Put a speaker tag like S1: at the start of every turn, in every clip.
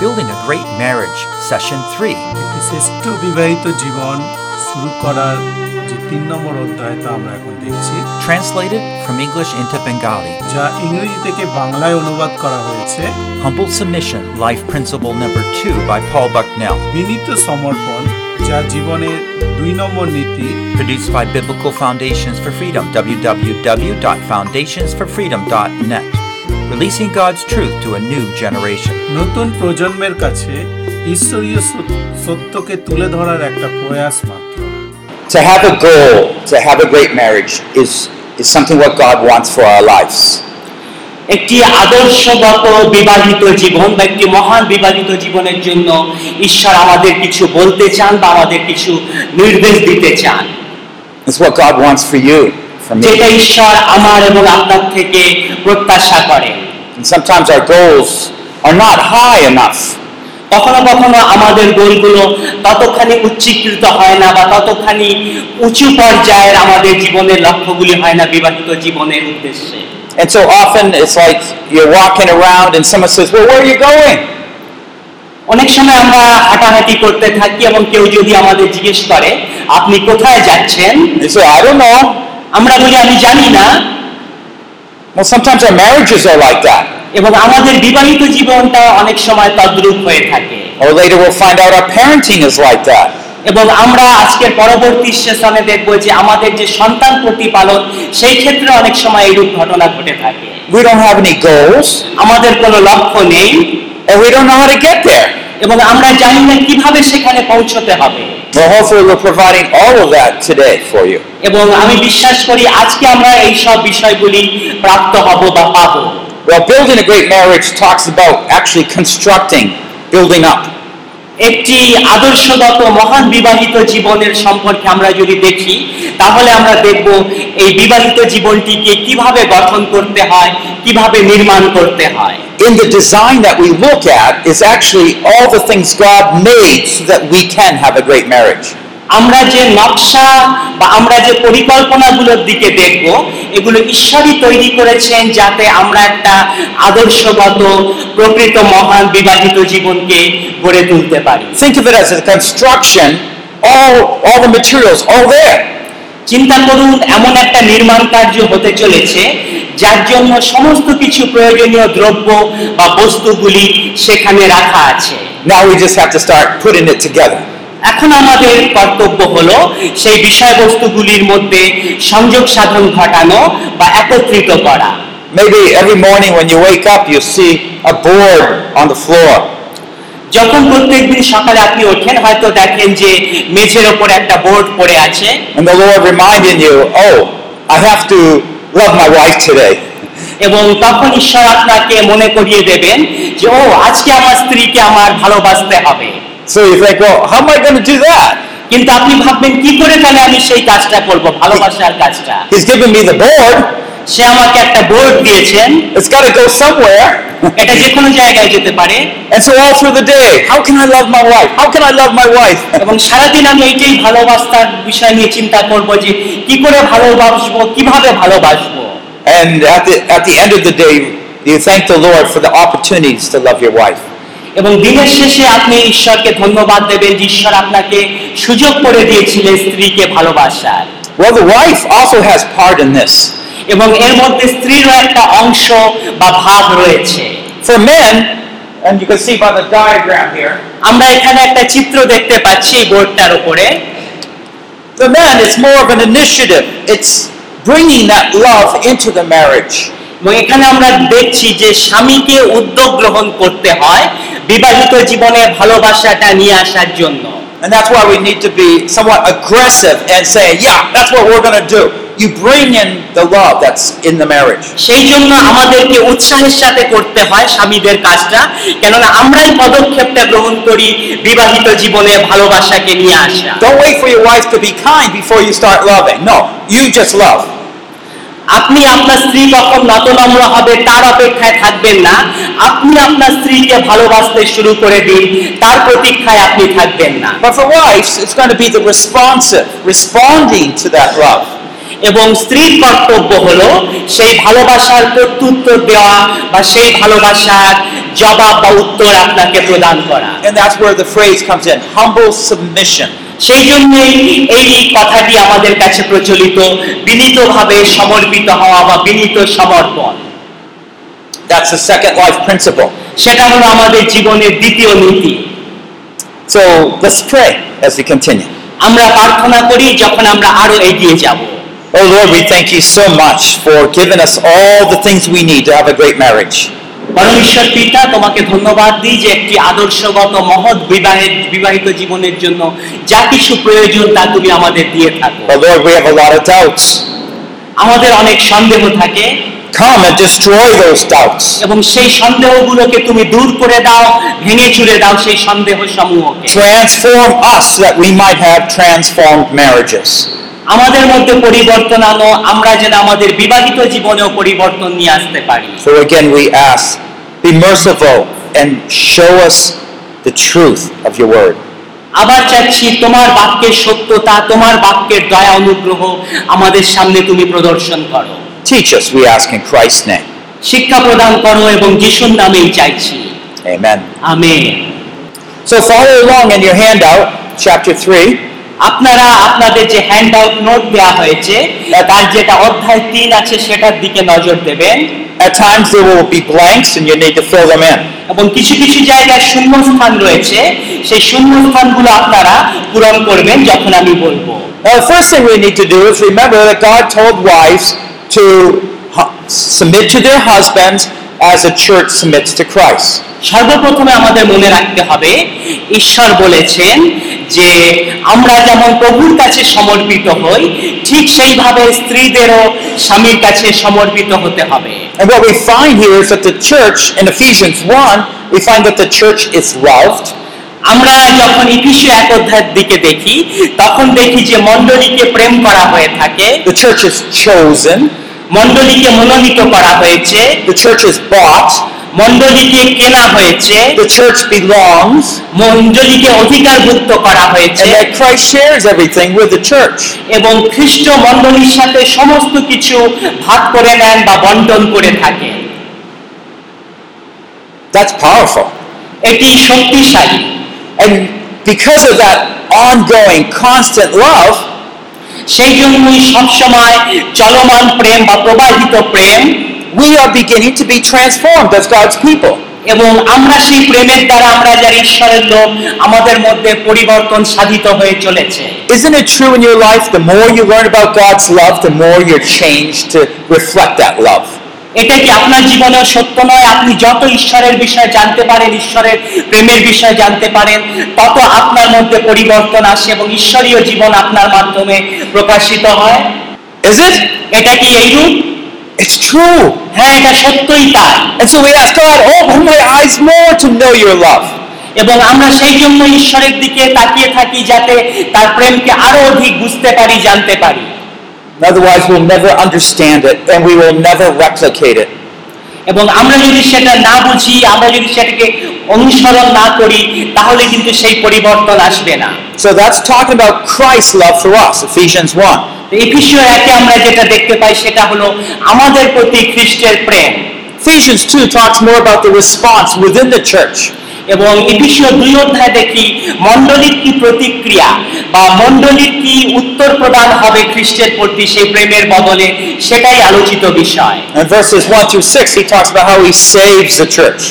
S1: Building a Great Marriage, Session 3.
S2: একটি শ্রেষ্ঠ বিবাহিত জীবন শুরু করার যে তিন নম্বর অধ্যায় তা আমরা এখন দেখছি
S1: Translated from English into Bengali.
S2: যা ইংরেজি থেকে বাংলায় অনুবাদ করা হয়েছে
S1: Humble Submission, Life Principle Number 2 by Paul Bucknell.
S2: বিনীত সমর্পণ যা জীবনের দুই নম্বর নীতি
S1: Produced by Biblical Foundations for Freedom, www.foundationsforfreedom.net. Releasing God's truth to a new generation.
S2: নতুন প্রজন্মের কাছে ঈশ্বরীয় সত- সত্যকে তুলে ধরার একটা প্রয়াস মাত্র
S3: To have a goal, to have a great marriage is, is something what God wants for our lives.
S4: একটি আদর্শগত বিবাহিত জীবন বা একটি মহান বিবাহিত জীবনের জন্য ঈশ্বর আমাদের কিছু বলতে চান বা আমাদের কিছু নির্দেশ দিতে চান
S3: It's what God wants for you, for
S4: যেটা
S3: me.
S4: ঈশ্বর আমার এবং আপনার থেকে প্রত্যাশা করেন
S3: And sometimes our goals are not high enough.
S4: কখনো কখনো আমাদের গোলগুলো ততখানি উচ্চীকৃত হয় না বা ততখানি উঁচু পর্যায়ের আমাদের জীবনের লক্ষ্যগুলি হয় না বিবাহিত জীবনের উদ্দেশ্যে
S3: And so often it's like you're walking around and someone says, Well, where are you going?
S4: অনেক সময় আমরা হাঁটাহাঁটি করতে থাকি এবং কেউ যদি আমাদের জিজ্ঞেস করে আপনি কোথায় যাচ্ছেন
S3: You say, I don't know.
S4: আমরা বলি আমি জানি না
S3: Well, sometimes our marriages are like that.
S4: এবং আমাদের বিবাহিত জীবনটা অনেক সময় তদ্রূপ হয়ে থাকে
S3: Or later we'll find out our parenting is like that.
S4: এবং আমরা আজকের পরবর্তী সেশনে দেখব যে আমাদের যে সন্তান প্রতিপালন সেই ক্ষেত্রে অনেক সময় এরূপ ঘটনা ঘটে থাকে
S3: We don't have any goals,
S4: আমাদের কোনো লক্ষ্য নেই
S3: and we don't know how to get there.
S4: এবং আমরা জানি না কিভাবে সেখানে পৌঁছতে হবে
S3: Well, hopefully, we're providing all of that today for you.
S4: এবং আমি বিশ্বাস করি আজকে আমরা এই সব বিষয়গুলি প্রাপ্ত হব বা পাব
S3: Well, building a great marriage talks about actually constructing, building up.
S4: একটি আদর্শগত মহান বিবাহিত জীবনের সম্পর্কে আমরা যদি দেখি তাহলে আমরা দেখব এই বিবাহিত জীবনটিকে কিভাবে গঠন করতে হয় কিভাবে নির্মাণ করতে হয়
S3: In the design that we look at is actually all the things God made so that we can have a great marriage.
S4: আমরা যে নকশা বা আমরা যে পরিকল্পনাগুলোর দিকে দেখব এগুলো ঈশ্বরই তৈরি করেছেন যাতে আমরা একটা আদর্শগত প্রকৃত মহান বিবাহিত জীবনকে গড়ে তুলতে পারি
S3: Think of it as a construction, all, all the materials, all there.
S4: চিন্তা করুন এমন একটা নির্মাণ কার্য হতে চলেছে যার জন্য সমস্ত কিছু প্রয়োজনীয় দ্রব্য বা বস্তুগুলি সেখানে রাখা আছে
S3: Now we just have to start putting it together.
S4: এখন আমাদের কর্তব্য হলো সেই বিষয়বস্তুগুলির মধ্যে সংযোগ সাধন ঘটানো বা একত্রিত করা
S3: Maybe every morning when you wake up, you see a board on the floor.
S4: যখন প্রত্যেকদিন সকালে আপনি ওঠেন হয়তো দেখেন যে মেঝের ওপর একটা বোর্ড পড়ে আছে
S3: And the Lord reminding you, oh, I have to love my wife today.
S4: এবং তখন ঈশ্বর আপনাকে মনে করিয়ে দেবেন যে ও আজকে আমার স্ত্রীকে আমার ভালোবাসতে হবে
S3: So you think, well, how am I going to do that?
S4: কিন্তু আপনি ভাববেন কি করে তাহলে আমি সেই কাজটা করব ভালোবাসার কাজটা
S3: He's giving me the board.
S4: সে আমাকে একটা বোর্ড দিয়েছেন
S3: It's got to go somewhere.
S4: এটা যে কোনো জায়গায় যেতে পারে
S3: And so all through the day, how can I love my wife? How can I love my wife?
S4: এবং সারাদিন আমি এইটাই ভালোবাসার বিষয় নিয়ে চিন্তা করব যে কি করে ভালোবাসবো কিভাবে ভালোবাসবো
S3: And at the, at the end of the day, you thank the Lord for the opportunities to love your wife.
S4: এবং দিনের শেষে আপনি ঈশ্বরকে ধন্যবাদ দেবেন যে ঈশ্বর আপনাকে সুযোগ করে দিয়েছিলেন স্ত্রীকে ভালোবাসার
S3: Well, the wife also has part in this.
S4: এবং এর মধ্যে স্ত্রীরও একটা অংশ বা ভাগ রয়েছে
S3: For men, and you can see by the diagram here,
S4: আমরা এখানে একটা চিত্র দেখতে পাচ্ছি এই বোর্ডটার উপরে
S3: the men is more of an initiative. It's bringing that love into the marriage.
S4: এবং এখানে আমরা দেখছি যে স্বামীকে উদ্যোগ গ্রহণ করতে হয় বিবাহিত জীবনে ভালোবাসাটা নিয়ে আসার জন্য
S3: And that's why we need to be somewhat aggressive and say, yeah, that's what we're going to do. You bring in the love that's in the marriage.
S4: সেই জন্য আমাদেরকে উৎসাহের সাথে করতে হয় স্বামীদের কাজটা কেননা আমরাই পদক্ষেপটা গ্রহণ করি বিবাহিত জীবনে ভালোবাসাকে নিয়ে আসা
S3: Don't wait for your wife to be kind before you start loving. No, you just love.
S4: আপনি আপনার স্ত্রী কখন নতনম্র হবে তার অপেক্ষায় থাকবেন না আপনি আপনার স্ত্রীকে ভালোবাসতে শুরু করে দিন তার প্রতীক্ষায় আপনি থাকবেন না
S3: But for wives, it's going to be the responsive, responding to that love.
S4: এবং স্ত্রীর কর্তব্য হলো সেই ভালোবাসার প্রত্যুত্তর দেওয়া বা সেই ভালোবাসার জবাব বা উত্তর আপনাকে প্রদান করা
S3: And that's where the phrase comes in humble submission.
S4: সেই জন্যই এই কথাটি আমাদের কাছে প্রচলিত বিনীতভাবে সমর্পিত হওয়া বা বিনীত সমর্পণ
S3: That's the second life principle.
S4: সেটা হলো আমাদের জীবনের দ্বিতীয় নীতি
S3: So let's pray as we continue.
S4: আমরা প্রার্থনা করি যখন আমরা আরো এগিয়ে যাব
S3: Oh Lord, we thank you so much for giving us all the things we need to have a great marriage.
S4: বরং ঈশ্বর পিতা তোমাকে ধন্যবাদ দিই যে একটি আদর্শগত মহৎ বিবাহের বিবাহিত জীবনের জন্য যা কিছু প্রয়োজন তা তুমি আমাদের দিয়ে থাকো
S3: But Lord, we have a lot of doubts.
S4: আমাদের অনেক সন্দেহ থাকে
S3: Come and destroy those doubts.
S4: এবং সেই সন্দেহগুলোকে তুমি দূর করে দাও ভেঙে চুরে দাও সেই সন্দেহ সমূহকে
S3: Transform us that we might have transformed marriages.
S4: আমাদের মধ্যে পরিবর্তন আনো আমরা যেন আমাদের বিবাহিত জীবনেও পরিবর্তন নিয়ে আসতে পারি
S3: So again, we ask, be merciful and show us the truth of your word.
S4: আবার চাচ্ছি তোমার বাক্যের সত্যতা তোমার বাক্যের দয়া অনুগ্রহ আমাদের সামনে তুমি প্রদর্শন করো
S3: Teach us, we ask in Christ's name.
S4: শিক্ষা প্রদান করো এবং যিশুর নামেই চাইছি
S3: Amen.
S4: Amen
S3: So follow along in your handout, chapter 3.
S4: আপনারা আপনাদের যে হ্যান্ড আউট নোট দেওয়া হয়েছে তার যেটা অধ্যায় তিন আছে সেটার দিকে নজর দেবেন
S3: At times there will be blanks and you need to fill them in.
S4: এবং কিছু কিছু জায়গায় শূন্যস্থান রয়েছে সেই শূন্যস্থানগুলো আপনারা পূরণ করবেন যখন আমি বলবো
S3: Now, the first thing we need to do is remember that God told wives to hu- submit to their husbands as the church submits to Christ.
S4: সর্বপ্রথমে আমাদের মনে রাখতে হবে ঈশ্বর বলেছেন যে আমরা যেমন প্রভুর কাছে সমর্পিত হই ঠিক সেইভাবে স্ত্রীদেরও স্বামীর কাছে সমর্পিত হতে হবে
S3: And what we find here is that the church, in Ephesians 1, we find that the church is loved,
S4: আমরা যখন ইফিসীয় এক অধ্যায়ের দিকে দেখি তখন দেখি যে মণ্ডলীকে প্রেম করা হয়ে থাকে
S3: the church is chosen,
S4: মণ্ডলীকে মনোনীত করা হয়েছে
S3: the church is bought,
S4: মণ্ডলীকে কেনা হয়েছে
S3: the church belongs,
S4: মণ্ডলীকে অধিকারভুক্ত করা হয়েছে
S3: and that Christ shares everything with the church.
S4: এবং খ্রিস্ট মণ্ডলীর সাথে সমস্ত কিছু ভাগ করে নেন বা বন্টন করে থাকেন
S3: That's powerful.
S4: এটি শক্তিশালী
S3: And because of that ongoing, constant love,
S4: সেই জন্যই সবসময় চলমান প্রেম বা প্রবাহিত প্রেম
S3: we are beginning to be transformed as God's people.
S4: এবং আমরা সেই প্রেমের দ্বারা আমরা যারা ঈশ্বরের লোক আমাদের মধ্যে পরিবর্তন সাধিত হয়ে চলেছে
S3: Isn't it true in your life, the more you learn about God's love, the more you're changed to reflect that love?
S4: এটা কি আপনার জীবনেও সত্য নয় আপনি যত ঈশ্বরের বিষয়ে জানতে পারেন ঈশ্বরের প্রেমের বিষয়ে জানতে পারেন তত আপনার মধ্যে পরিবর্তন আসে এবং ঈশ্বরীয় জীবন আপনার মাধ্যমে প্রকাশিত হয়
S3: Is it?
S4: এটা কি এইরূপ
S3: It's true.
S4: হ্যাঁ এটা সত্যই তাই
S3: And so we ask God, oh, open my eyes more to know your love.
S4: এবং আমরা সেই জন্য ঈশ্বরের দিকে তাকিয়ে থাকি যাতে তার প্রেমকে আরো অধিক বুঝতে পারি জানতে পারি
S3: Otherwise, we'll never understand it and we will never replicate it.
S4: এবং আমরা যদি সেটা না বুঝি আমরা যদি সেটাকে অনুসরণ না করি তাহলে কিন্তু সেই পরিবর্তন আসবে না
S3: So that's talking about Christ's love for us, Ephesians 1.
S4: তো এফিসীয় একে আমরা যেটা দেখতে পাই সেটা হলো আমাদের প্রতি খ্রিস্টের প্রেম
S3: Ephesians 2 talks more about the response within the church.
S4: এবং এফিসীয় দুই অধ্যায় দেখি মণ্ডলীর কি প্রতিক্রিয়া বা মণ্ডলীর কি উত্তর প্রদান হবে খ্রিস্টের প্রতি সেই প্রেমের বদলে সেটাই আলোচিত বিষয়
S3: And verses 1 through 6, he talks about how he saves the church.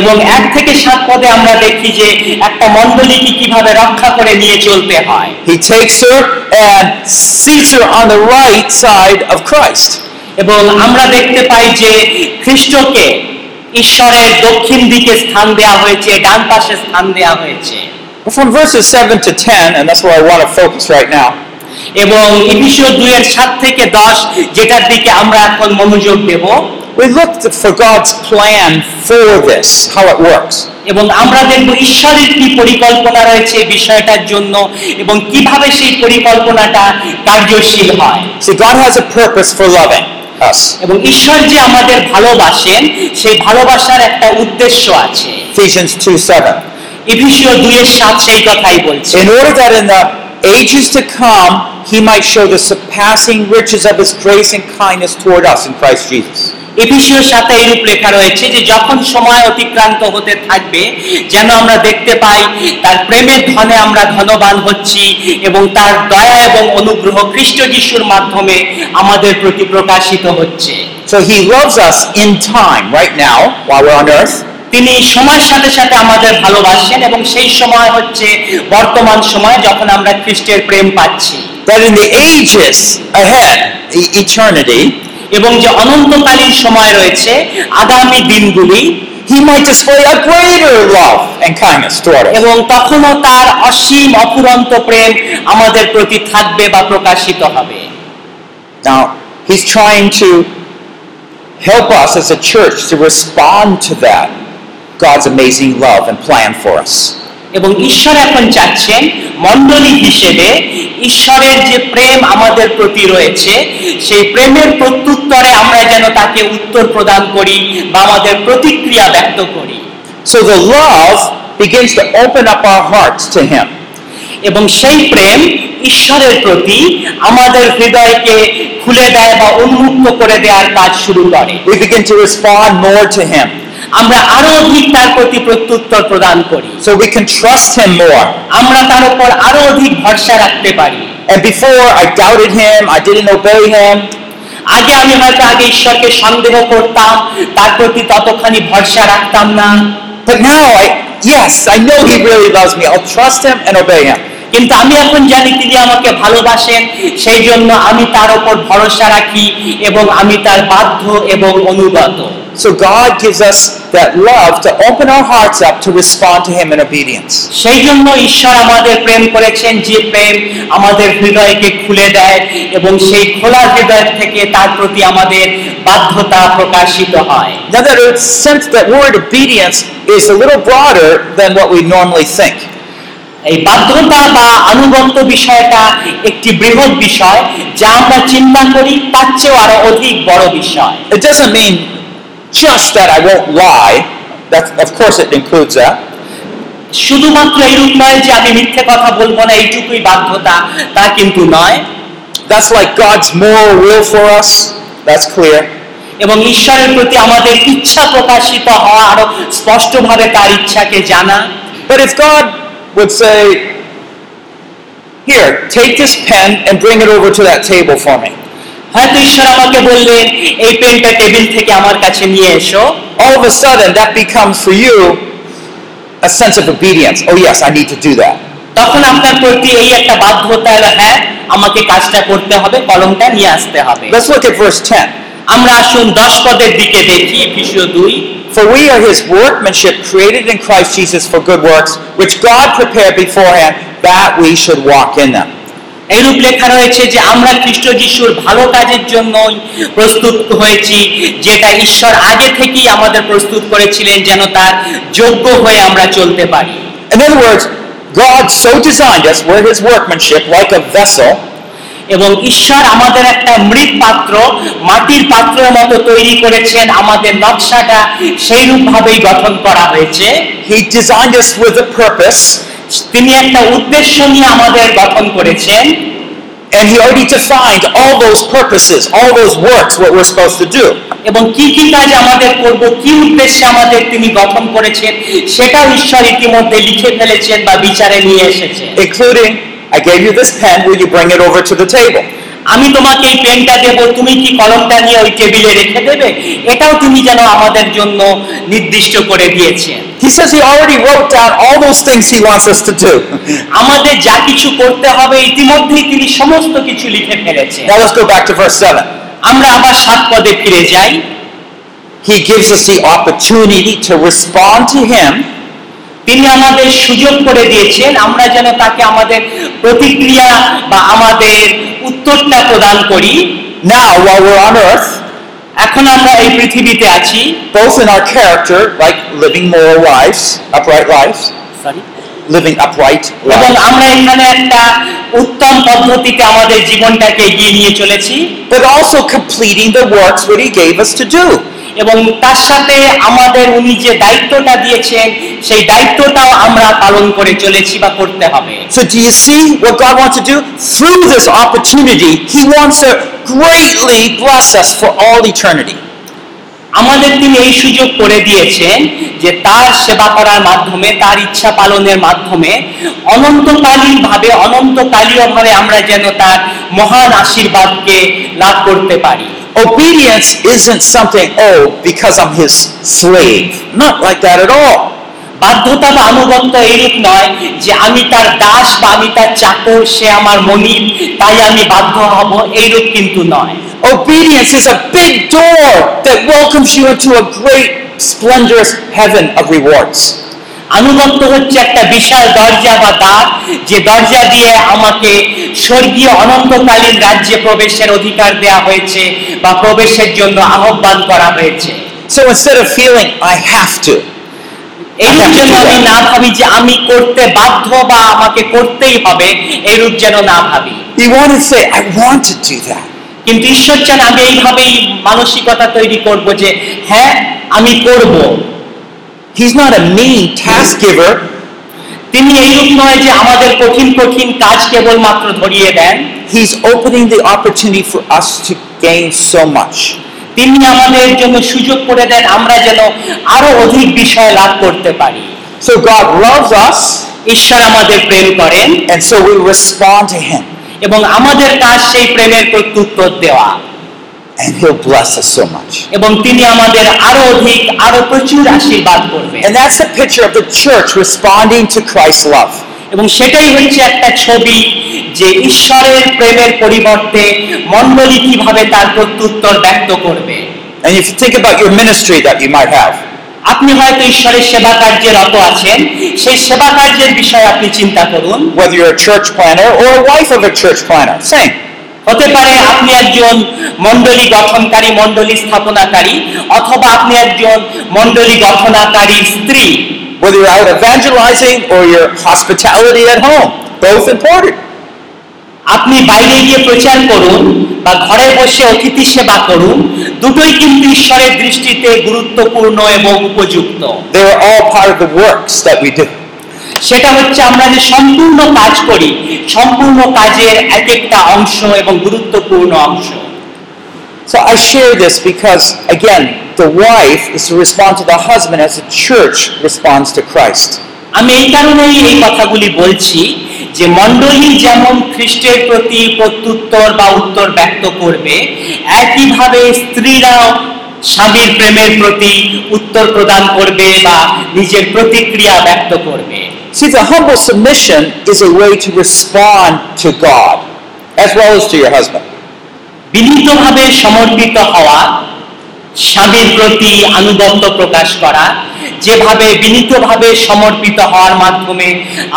S4: এবং এক থেকে সাত পদে আমরা দেখি যে একটা মণ্ডলীকে কিভাবে রক্ষা করে নিয়ে চলতে হয়
S3: He takes her and seats her on the right side of Christ.
S4: এবং আমরা দেখতে পাই যে খ্রিস্টকে ঈশ্বরের দক্ষিণ দিকে স্থান দেয়া হয়েছে ডান পাশে স্থান দেয়া হয়েছে
S3: From verses 7 to 10, and that's where I want to focus right now.
S4: এবং এফিসীয় দুই এর সাত থেকে দশ যেটার দিকে আমরা এখন মনোযোগ দেব
S3: We looked for God's plan for this, how it works.
S4: এবং আমরা দেখব ঈশ্বরের কি পরিকল্পনা রয়েছে এই বিষয়টার জন্য এবং কিভাবে সেই পরিকল্পনাটা কার্যশীল হয়
S3: See, God has a purpose for loving us.
S4: এবং ঈশ্বর যে আমাদের ভালোবাসেন সেই ভালোবাসার একটা উদ্দেশ্য আছে
S3: Ephesians 2 7.
S4: এফিসীয় দুইয়ের সাত সেই কথাই বলছে
S3: In order that in the ages to come, he might show the surpassing riches of his grace and kindness toward us in Christ Jesus.
S4: এফিসীয় সাথে এইরূপ লেখা রয়েছে যে যখন সময় অতিক্রান্ত হতে থাকবে যেন আমরা দেখতে পাই তার প্রেমের ধনে আমরা ধনবান হচ্ছি এবং তার দয়া এবং অনুগ্রহ খ্রিস্ট যিশুর মাধ্যমে আমাদের প্রতি প্রকাশিত হচ্ছে
S3: So he loves us in time, right now, while we're on earth.
S4: তিনি সময়ের সাথে সাথে আমাদের ভালোবাসেন এবং সেই সময় হচ্ছে বর্তমান সময় যখন আমরা খ্রিস্টের প্রেম পাচ্ছি
S3: But in the ages ahead, e- eternity,
S4: এবং যে অনন্তকালীন সময় রয়েছে আগামী দিনগুলি
S3: he might display a greater love and kindness toward us.
S4: এবং তখনও তার অসীম অফুরন্ত প্রেম আমাদের প্রতি থাকবে বা প্রকাশিত হবে
S3: Now, he's trying to help us as a church to respond to that God's amazing love and plan for us.
S4: এবং ঈশ্বর এখন চাচ্ছেন মণ্ডলী হিসেবে ঈশ্বরের যে প্রেম আমাদের প্রতি রয়েছে সেই প্রেমের প্রত্যুত্তরে আমরা যেন তাকে উত্তর প্রদান করি বা আমাদের প্রতিক্রিয়া ব্যক্ত করি
S3: So the love begins to open up our hearts to him.
S4: এবং সেই প্রেম ঈশ্বরের প্রতি আমাদের হৃদয়কে খুলে দেয় বা উন্মুক্ত করে দেওয়ার কাজ শুরু করে
S3: We begin to respond more to him
S4: আমরা আরো অধিক তার প্রতি প্রত্যুত্তর প্রদান করি
S3: so we can trust him more.
S4: আমরা তার উপর আরো অধিক ভরসা রাখতে পারি
S3: And before I doubted him, I didn't obey him,
S4: আগে আমি হয়তো আগে ঈশ্বরকে সন্দেহ করতাম তার প্রতি ততখানি ভরসা রাখতাম না
S3: but now I yes, I know he really loves me. I'll trust him and obey him.
S4: কিন্তু আমি এখন জানি তিনি আমাকে ভালোবাসেন সেই জন্য আমি তার উপর ভরসা রাখি এবং আমি তার বাধ্য এবং অনুগত
S3: So God gives us that love to open our hearts up to respond to him in obedience.
S4: সেই জন্য ঈশ্বর আমাদের প্রেম করেছেন যে প্রেম আমাদের হৃদয়কে খুলে দেয় এবং সেই খোলা হৃদয় থেকে তার প্রতি আমাদের বাধ্যতা প্রকাশিত হয়
S3: Now that it's- sense that word obedience is a little broader than what we normally think.
S4: এই বাধ্যতা বা আনুগত্য বিষয়টা একটি বৃহৎ বিষয় যা আমরা চিন্তা করি তার চেয়েও আরো অধিক বড় বিষয়
S3: It doesn't mean just that I won't lie. That's, of course, it includes that.
S4: শুধুমাত্র এইরূপ নয় যে আমি মিথ্যে কথা বলবো না এইটুকুই বাধ্যতা তা কিন্তু নয়
S3: That's like God's moral will for us. That's clear.
S4: এবং ঈশ্বরের প্রতি আমাদের ইচ্ছা প্রকাশিত হওয়া আরো স্পষ্টভাবে তার ইচ্ছাকে জানা
S3: But if God would say, Here, take this pen and bring it over to that table for me.
S4: হয়তো ঈশ্বর আমাকে বললেন এই পেনটা টেবিল থেকে আমার কাছে নিয়ে এসো
S3: All of a sudden, that becomes for you a sense of obedience. Oh, yes, I need to do that.
S4: তখন আপনার প্রতি এই একটা বাধ্যতা এলো, হ্যাঁ আমাকে কাজটা করতে হবে কলমটা নিয়ে আসতে হবে
S3: Let's look at verse 10.
S4: আমরা আসুন দশ পদের দিকে দেখি এফিসীয় দুই
S3: For we are his workmanship created in Christ Jesus for good works, which God prepared beforehand that we should walk in them.
S4: এইরূপ লেখা রয়েছে যে আমরা খ্রিস্ট যিশুর ভালো কাজের জন্য প্রস্তুত হয়েছি যেটা ঈশ্বর আগে থেকেই আমাদের প্রস্তুত করেছিলেন যেন তার যোগ্য হয়ে আমরা চলতে পারি
S3: In other words, God so designed us, we're his workmanship, like a vessel,
S4: এবং ঈশ্বর আমাদের একটা মৃৎ পাত্র মাটির পাত্রের মতো তৈরি করেছেন আমাদের নকশাটা সেইরূপ ভাবেই গঠন করা হয়েছে
S3: He designed us with a purpose,
S4: তিনি একটা উদ্দেশ্য নিয়ে আমাদের গঠন করেছেন
S3: and He already defined all those purposes, all those works, what we're supposed to do.
S4: এবং কি কি কাজ আমাদের করব কি উদ্দেশ্যে আমাদের তিনি গঠন করেছেন সেটাও ঈশ্বর ইতিমধ্যে লিখে ফেলেছেন বা বিচারে নিয়ে এসেছেন
S3: Including, I gave you this pen, will you bring it over to the table?
S4: আমি তোমাকে এই পেনটা দেব তুমি কি কলমটা নিয়ে ওই টেবিলে রেখে দেবে এটাও তিনি যেন আমাদের জন্য নির্দিষ্ট করে দিয়েছেন
S3: He says He already wrote down all those things He wants us to do.
S4: আমাদের যা কিছু করতে হবে ইতিমধ্যেই তিনি সমস্ত কিছু লিখে ফেলেছেন
S3: now let's go back to verse 7.
S4: আমরা আবার সাত পদে ফিরে যাই
S3: He gives us the opportunity to respond to Him
S4: তিনি আমাদের সুযোগ করে দিয়েছেন আমরা যেন তাকে আমাদের প্রতিক্রিয়া বা আমাদের উত্তরটা প্রদান করি
S3: now while we're on earth,
S4: এখন আমরা এই পৃথিবীতে আছি
S3: both in our character, like living moral lives, upright lives,
S4: sorry
S3: living upright
S4: এবং
S3: lives,
S4: আমরা এখানে একটা উত্তম পদ্ধতিতে আমাদের জীবনটাকে এগিয়ে নিয়ে চলেছি
S3: but also completing the works what He gave us to do.
S4: এবং তার সাথে আমাদের উনি যে দায়িত্বটা দিয়েছেন সেই দায়িত্বটাও আমরা পালন করে চলেছি বা করতে হবে
S3: So do you see what God wants to do? Through this opportunity, He wants to greatly bless us for all eternity.
S4: আমাদের তিনি এই সুযোগ করে দিয়েছেন যে তার সেবা করার মাধ্যমে তার ইচ্ছা পালনের মাধ্যমে অনন্তকালীন ভাবে অনন্তকালীয় ভাবে আমরা যেন তার মহান আশীর্বাদকে লাভ করতে পারি
S3: Obedience isn't something, oh, because I'm his slave. Not like that at all.
S4: বাধ্যতা বা আনুগত্য এইরূপ নয় যে আমি তার দাস বা আমি তার চাকর সে আমার মনিব তাই আমি বাধ্য হব এইরূপ কিন্তু নয়
S3: Obedience is a big door that welcomes you into a great, splendorous heaven of rewards.
S4: আনুগত্য হচ্ছে একটা বিশাল দরজা বা দ্বার যে দরজা দিয়ে আমাকে স্বর্গীয় অনন্তকালীন রাজ্যে প্রবেশের অধিকার দেয়া হয়েছে বা প্রবেশের জন্য আহ্বান করা হয়েছে
S3: So instead of feeling I have to,
S4: এইরূপ যেন আমি না ভাবি যে আমি করতে বাধ্য বা আমাকে করতেই হবে এইরূপ যেন না ভাবি
S3: he wanted to say, I want to do that.
S4: কিন্তু ঈশ্বর চান আমি এইভাবেই মানসিকতা তৈরি করব যে হ্যাঁ আমি করব
S3: He's not a mean task giver,
S4: তিনি এইরূপ নয় যে আমাদের কঠিন কঠিন কাজ কেবলমাত্র ধরিয়ে দেন
S3: he's opening the opportunity for us to gain so much.
S4: তিনি আমাদের জন্য সুযোগ করে দেন আমরা যেন আরো অধিক বিষয় লাভ করতে পারি
S3: So God loves us,
S4: ঈশ্বর আমাদের প্রেম করেন
S3: and so we respond to him,
S4: এবং আমাদের কাজ সেই প্রেমের প্রত্যুত্তর দেওয়া
S3: and he'll bless us so much.
S4: এবং তিনি আমাদের আরো অধিক আরো প্রচুর আশীর্বাদ করবেন
S3: And that's the picture of the church responding to Christ's love.
S4: এবং সেটাই হচ্ছে একটা ছবি যে ঈশ্বরের প্রেমের পরিবর্তে মণ্ডলী কিভাবে তার প্রত্যুত্তর ব্যক্ত করবে
S3: And if you think about your ministry that you might have,
S4: আপনি হয়তো ঈশ্বরের সেবা কার্যে রত আছেন সেই সেবা কার্যের বিষয়ে আপনি চিন্তা করুন
S3: whether you're a church planner or a wife of a church planner. Same.
S4: হতে পারে আপনি একজন মণ্ডলী গঠনকারী মণ্ডলী স্থাপনাকারী অথবা আপনি একজন মণ্ডলী গঠনাকারী স্ত্রী
S3: Whether you're out evangelizing or your hospitality at home, both important.
S4: আপনি বাইরে গিয়ে প্রচার করুন বা ঘরে বসে অতিথি সেবা করুন দুটোই কিন্তু ঈশ্বরের দৃষ্টিতে গুরুত্বপূর্ণ এবং উপযুক্ত
S3: They are all part of the works that we do.
S4: সেটা হচ্ছে আমরা যে সম্পূর্ণ কাজ করি সম্পূর্ণ কাজের এক একটা অংশ এবং গুরুত্বপূর্ণ অংশ
S3: So I share this because, again, the wife is to respond to the husband as the church responds to Christ.
S4: আমি এই কারণেই এই কথাগুলি বলছি যে মণ্ডলী যেমন খ্রিস্টের প্রতি প্রত্যুত্তর বা উত্তর ব্যক্ত করবে একইভাবে স্ত্রীরাও স্বামীর প্রেমের প্রতি উত্তর প্রদান করবে বা নিজের প্রতিক্রিয়া ব্যক্ত করবে
S3: See, the humble submission is a way to respond to God as well as to your husband.
S4: বিনীতভাবে সমর্পিত হওয়া স্বামীর প্রতি আনুগত্য প্রকাশ করা যেভাবে বিনীতভাবে সমর্পিত হওয়ার মাধ্যমে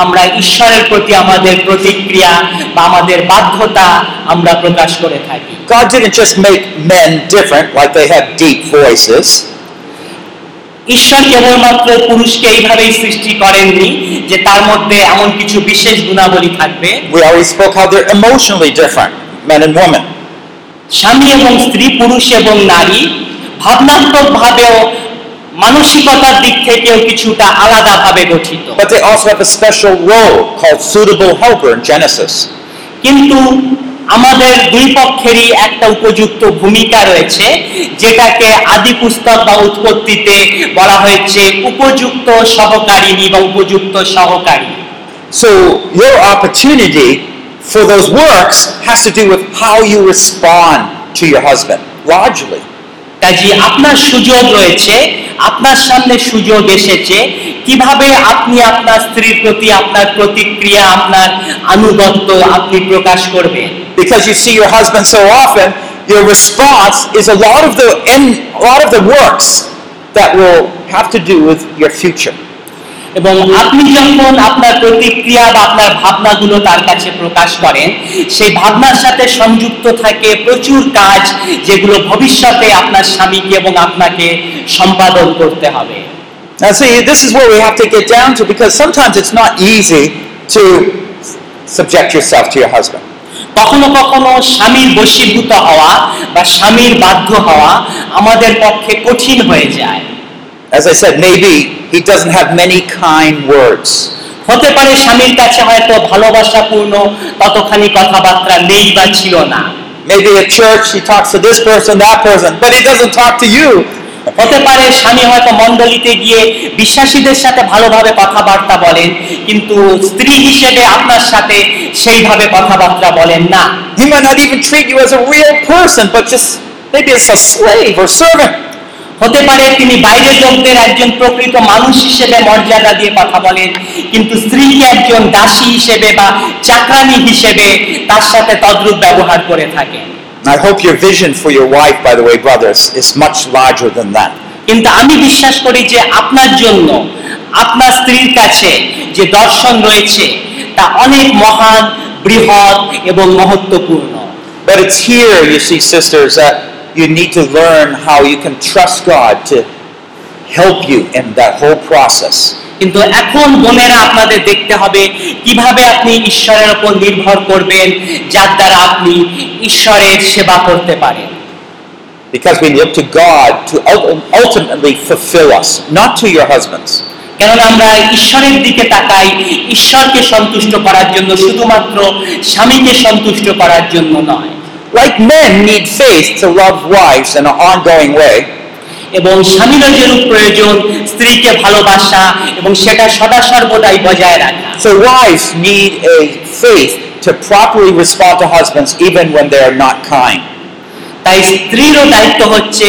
S4: আমরা ঈশ্বরের প্রতি আমাদের প্রতিক্রিয়া বা আমাদের বাধ্যতা আমরা প্রকাশ করে থাকি
S3: God didn't just make men different, like they have deep voices.
S4: ঈশ্বর কেবলমাত্র পুরুষকে এইভাবেই সৃষ্টি করেননি যে তার মধ্যে এমন কিছু বিশেষ গুণাবলী থাকবে
S3: We already spoke how they're emotionally different, men and women.
S4: স্বামী এবং স্ত্রী পুরুষ এবং নারী ভাবনাত্মক ভাবেও মানসিকতার দিক থেকেও কিছুটা আলাদাভাবে গঠিত
S3: But they also have a special role called suitable helper in Genesis.
S4: কিন্তু আমাদের দুই পক্ষেরই একটা উপযুক্ত ভূমিকা রয়েছে যেটাকে আদি পুস্তক বা উৎপত্তিতে বলা হয়েছে উপযুক্ত সহকারিণী বা উপযুক্ত সহকারী
S3: So your opportunity for those works has to do with how you respond to your husband, largely.
S4: কাজে আপনার সুযোগ রয়েছে আপনার সামনে সুযোগ এসেছে কিভাবে আপনি আপনার স্ত্রীর প্রতি আপনার প্রতিক্রিয়া আপনার আনুগত্য আপনি প্রকাশ করবেন
S3: Because you see your husband so often, your response is a lot of the and a lot of the works that will have to do with your future.
S4: এবং আপনি যখন আপনার প্রতিক্রিয়া বা আপনার ভাবনাগুলো তার কাছে প্রকাশ করেন সেই ভাবনার সাথে সংযুক্ত থাকে প্রচুর কাজ যেগুলো ভবিষ্যতে আপনার স্বামীকে এবং আপনাকে সম্পাদন করতে হবে
S3: Now, see, this is where we have to get down to because sometimes it's not easy to subject yourself to your husband.
S4: কখনো কখনো স্বামীর বশীভূত হওয়া বা স্বামীর বাধ্য হওয়া আমাদের পক্ষে কঠিন হয়ে যায়
S3: As I said, maybe he doesn't have many kind words.
S4: হতে পারে স্বামীর কাছে হয়তো ভালোবাসাপূর্ণ ততখানি কথাবার্তা নেই বা ছিল না
S3: Maybe at church he talks to this person, that person, but he doesn't talk to you.
S4: হতে পারে স্বামী হয়তো মণ্ডলীতে গিয়ে বিশ্বাসীদের সাথে ভালোভাবে কথাবার্তা বলেন কিন্তু স্ত্রী হিসেবে আপনার সাথে সেইভাবে কথাবার্তা বলেন না
S3: He might not even treat you as a real person, but just maybe as a slave or servant.
S4: হতে পারে তিনি বাইরের লোকদের একজন প্রকৃত মানুষ হিসেবে মর্যাদা দিয়ে কথা বলেন কিন্তু স্ত্রীকে একজন দাসী হিসেবে বা চাকরানি হিসেবে তার সাথে তদ্রূপ ব্যবহার করে থাকেন
S3: And I hope your vision for your wife, by the way, brothers, is much larger than that.
S4: কিন্তু আমি বিশ্বাস করি যে আপনার জন্য আপনার স্ত্রীর কাছে যে দর্শন রয়েছে তা অনেক মহান বৃহৎ এবং মহত্বপূর্ণ
S3: But it's here, you see, sisters, that you need to learn how you can trust God to help you in that whole process.
S4: কিন্তু এখন বোনেরা আপনাদের দেখতে হবে কিভাবে আপনি ঈশ্বরের উপর নির্ভর করবেন যার দ্বারা আপনি ঈশ্বরের সেবা করতে পারেন
S3: Because we look to God to ul- ultimately fulfill us, not to your husbands.
S4: কেননা আমরা ঈশ্বরের দিকে তাকাই ঈশ্বরকে সন্তুষ্ট করার জন্য শুধুমাত্র স্বামীকে সন্তুষ্ট করার জন্য নয়
S3: Like men need faith to love wives in an ongoing way,
S4: এবং স্বামীরও যেরূপ প্রয়োজন স্ত্রীকে ভালোবাসা এবং সেটা সদা সর্বদাই বজায় রাখা
S3: so wives need a faith to properly respond to husbands even when they are not kind.
S4: তাই স্ত্রীরও দায়িত্ব হচ্ছে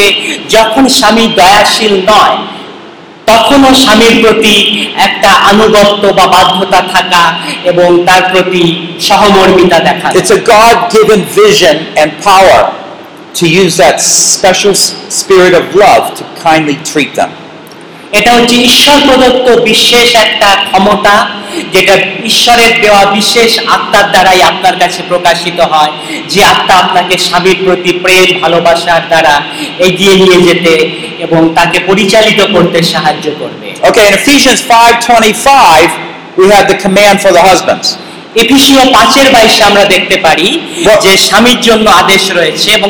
S4: যখন স্বামী দয়াশীল নয় তখনও স্বামীর প্রতি একটা আনুগত্য বা বাধ্যতা থাকা এবং তার প্রতি সহমর্মিতা দেখা
S3: It's a God given vision and power to use that special s- spirit of love to kindly treat them.
S4: এটা হচ্ছে ঈশ্বর প্রদত্ত বিশেষ একটা ক্ষমতা যেটা ঈশ্বরের দেওয়া বিশেষ আত্মার দ্বারাই আপনার কাছে প্রকাশিত হয় যে আত্মা আপনাকে স্বামীর প্রতি প্রেম ভালোবাসার দ্বারা এগিয়ে নিয়ে যেতে এবং তাকে পরিচালিত করতে সাহায্য করবে
S3: Okay, in Ephesians 5:25, we have the command for the husbands.
S4: এফিসীয় পাঁচের বাইশে আমরা দেখতে পারি যে স্বামীর জন্য আদেশ রয়েছে এবং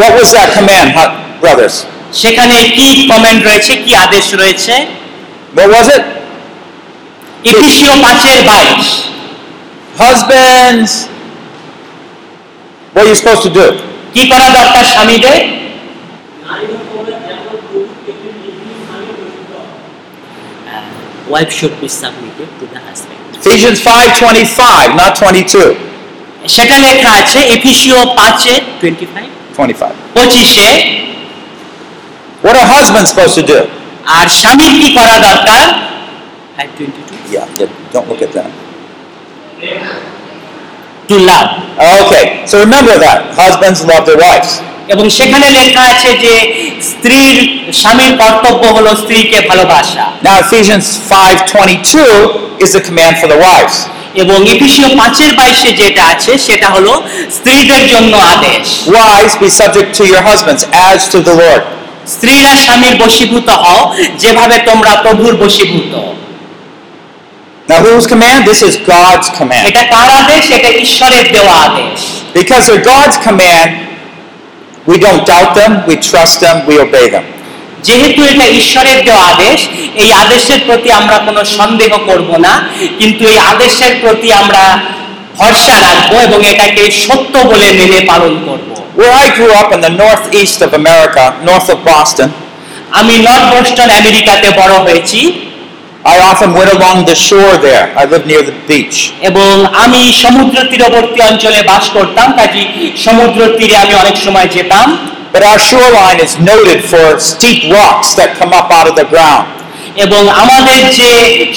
S3: What was that command, hu- brothers?
S4: সেখানে কি কমেন্ট রয়েছে কি আদেশ রয়েছে
S3: What was it?
S4: এফিসীয় পাঁচের বাইশ
S3: Husbands, what are you supposed to do?
S4: কি করা দরকার স্বামীদের wife should be submitted to the husband
S3: Ephesians 5:25, not 22.
S4: সেটা লেখা আছে এফিসীয় পাঁচে টোয়েন্টি ফাইভ
S3: 25.
S4: পঁচিশে
S3: What are husbands supposed to do?
S4: আর স্বামীর কি করা দরকার five twenty two
S3: Yeah, yeah, don't look at that.
S4: To love
S3: Okay, so remember that. Husbands love their wives.
S4: এবং সেখানে লেখা আছে যে স্ত্রীর স্বামীর কর্তব্য হলো স্ত্রীকে ভালোবাসা
S3: Now Ephesians 5:22 is the command for the wives.
S4: এবং এফিসীয় পাঁচের বাইশে যেটা আছে সেটা হলো স্ত্রীদের জন্য আদেশ
S3: Wives, be subject to your husbands as to the Lord.
S4: স্ত্রীরা স্বামীর বশীভূত হও যেভাবে তোমরা প্রভুর বশীভূত
S3: Now whose command? This is God's command.
S4: এটা কার আদেশ এটা ঈশ্বরের দেওয়া আদেশ
S3: Because they're God's command, we don't doubt them, we trust them, we obey them.
S4: যেহেতু এটা ঈশ্বরের দেওয়া আদেশ এই আদেশের প্রতি আমরা কোনো সন্দেহ করব না কিন্তু এই আদেশের প্রতি আমরা ভরসা রাখবো এবং এটাকে সত্য বলে মেনে পালন করবো
S3: Where I grew up in the northeast of America, north of Boston,
S4: আমি নর্থ বোস্টন আমেরিকাতে বড় হয়েছি
S3: I often went along the shore there. I lived near the beach.
S4: এবং আমি সমুদ্র তীরবর্তী অঞ্চলে বাস করতাম কাজে সমুদ্র তীরে আমি অনেক সময় যেতাম
S3: But our shoreline is noted for steep rocks that come up out of the ground.
S4: এবং আমাদের যে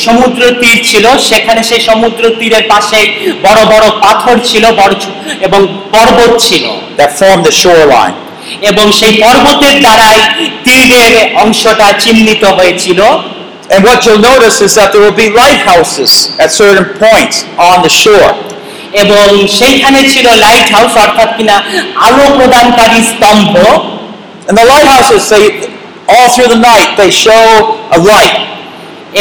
S4: সমুদ্র তীর ছিল সেখানে সেই সমুদ্র তীরের পাশে বড় বড় পাথর ছিল বড় ছ- এবং পর্বত ছিল
S3: That form the shoreline.
S4: এবং সেই পর্বতের দ্বারাই তীরের অংশটা চিহ্নিত হয়েছিল
S3: And what you'll notice is that there will be lighthouses at certain points on the shore.
S4: এবং সেইখানে ছিল লাইট হাউস অর্থাৎ কিনা আলো প্রদানকারী স্তম্ভ
S3: And the lighthouses, they all through the night, they show a light.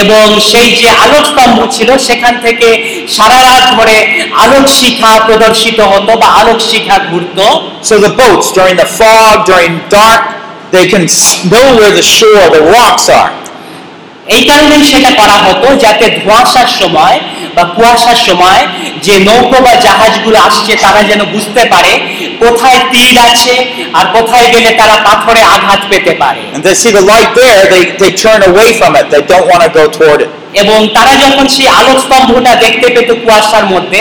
S4: এবং সেই যে আলোক স্তম্ভ ছিল সেখান থেকে সারা রাত ধরে আলোক শিখা প্রদর্শিত হতো বা আলোক শিখা ঘুরত
S3: So the boats, during the fog, during dark, they can s- know where the shore, the rocks are.
S4: এই কারণে সেটা করা হতো যাতে ধোঁয়াশার সময় বা কুয়াশার সময় যে নৌকো বা জাহাজগুলো আসছে তারা যেন বুঝতে পারে কোথায় তীর আছে আর কোথায় গেলে তারা পাথরে আঘাত পেতে পারে
S3: And they see the light there, they, they turn away from it. They don't want to go toward it.
S4: এবং তারা যখন সেই আলোর স্তম্ভটা দেখতে পেত কুয়াশার মধ্যে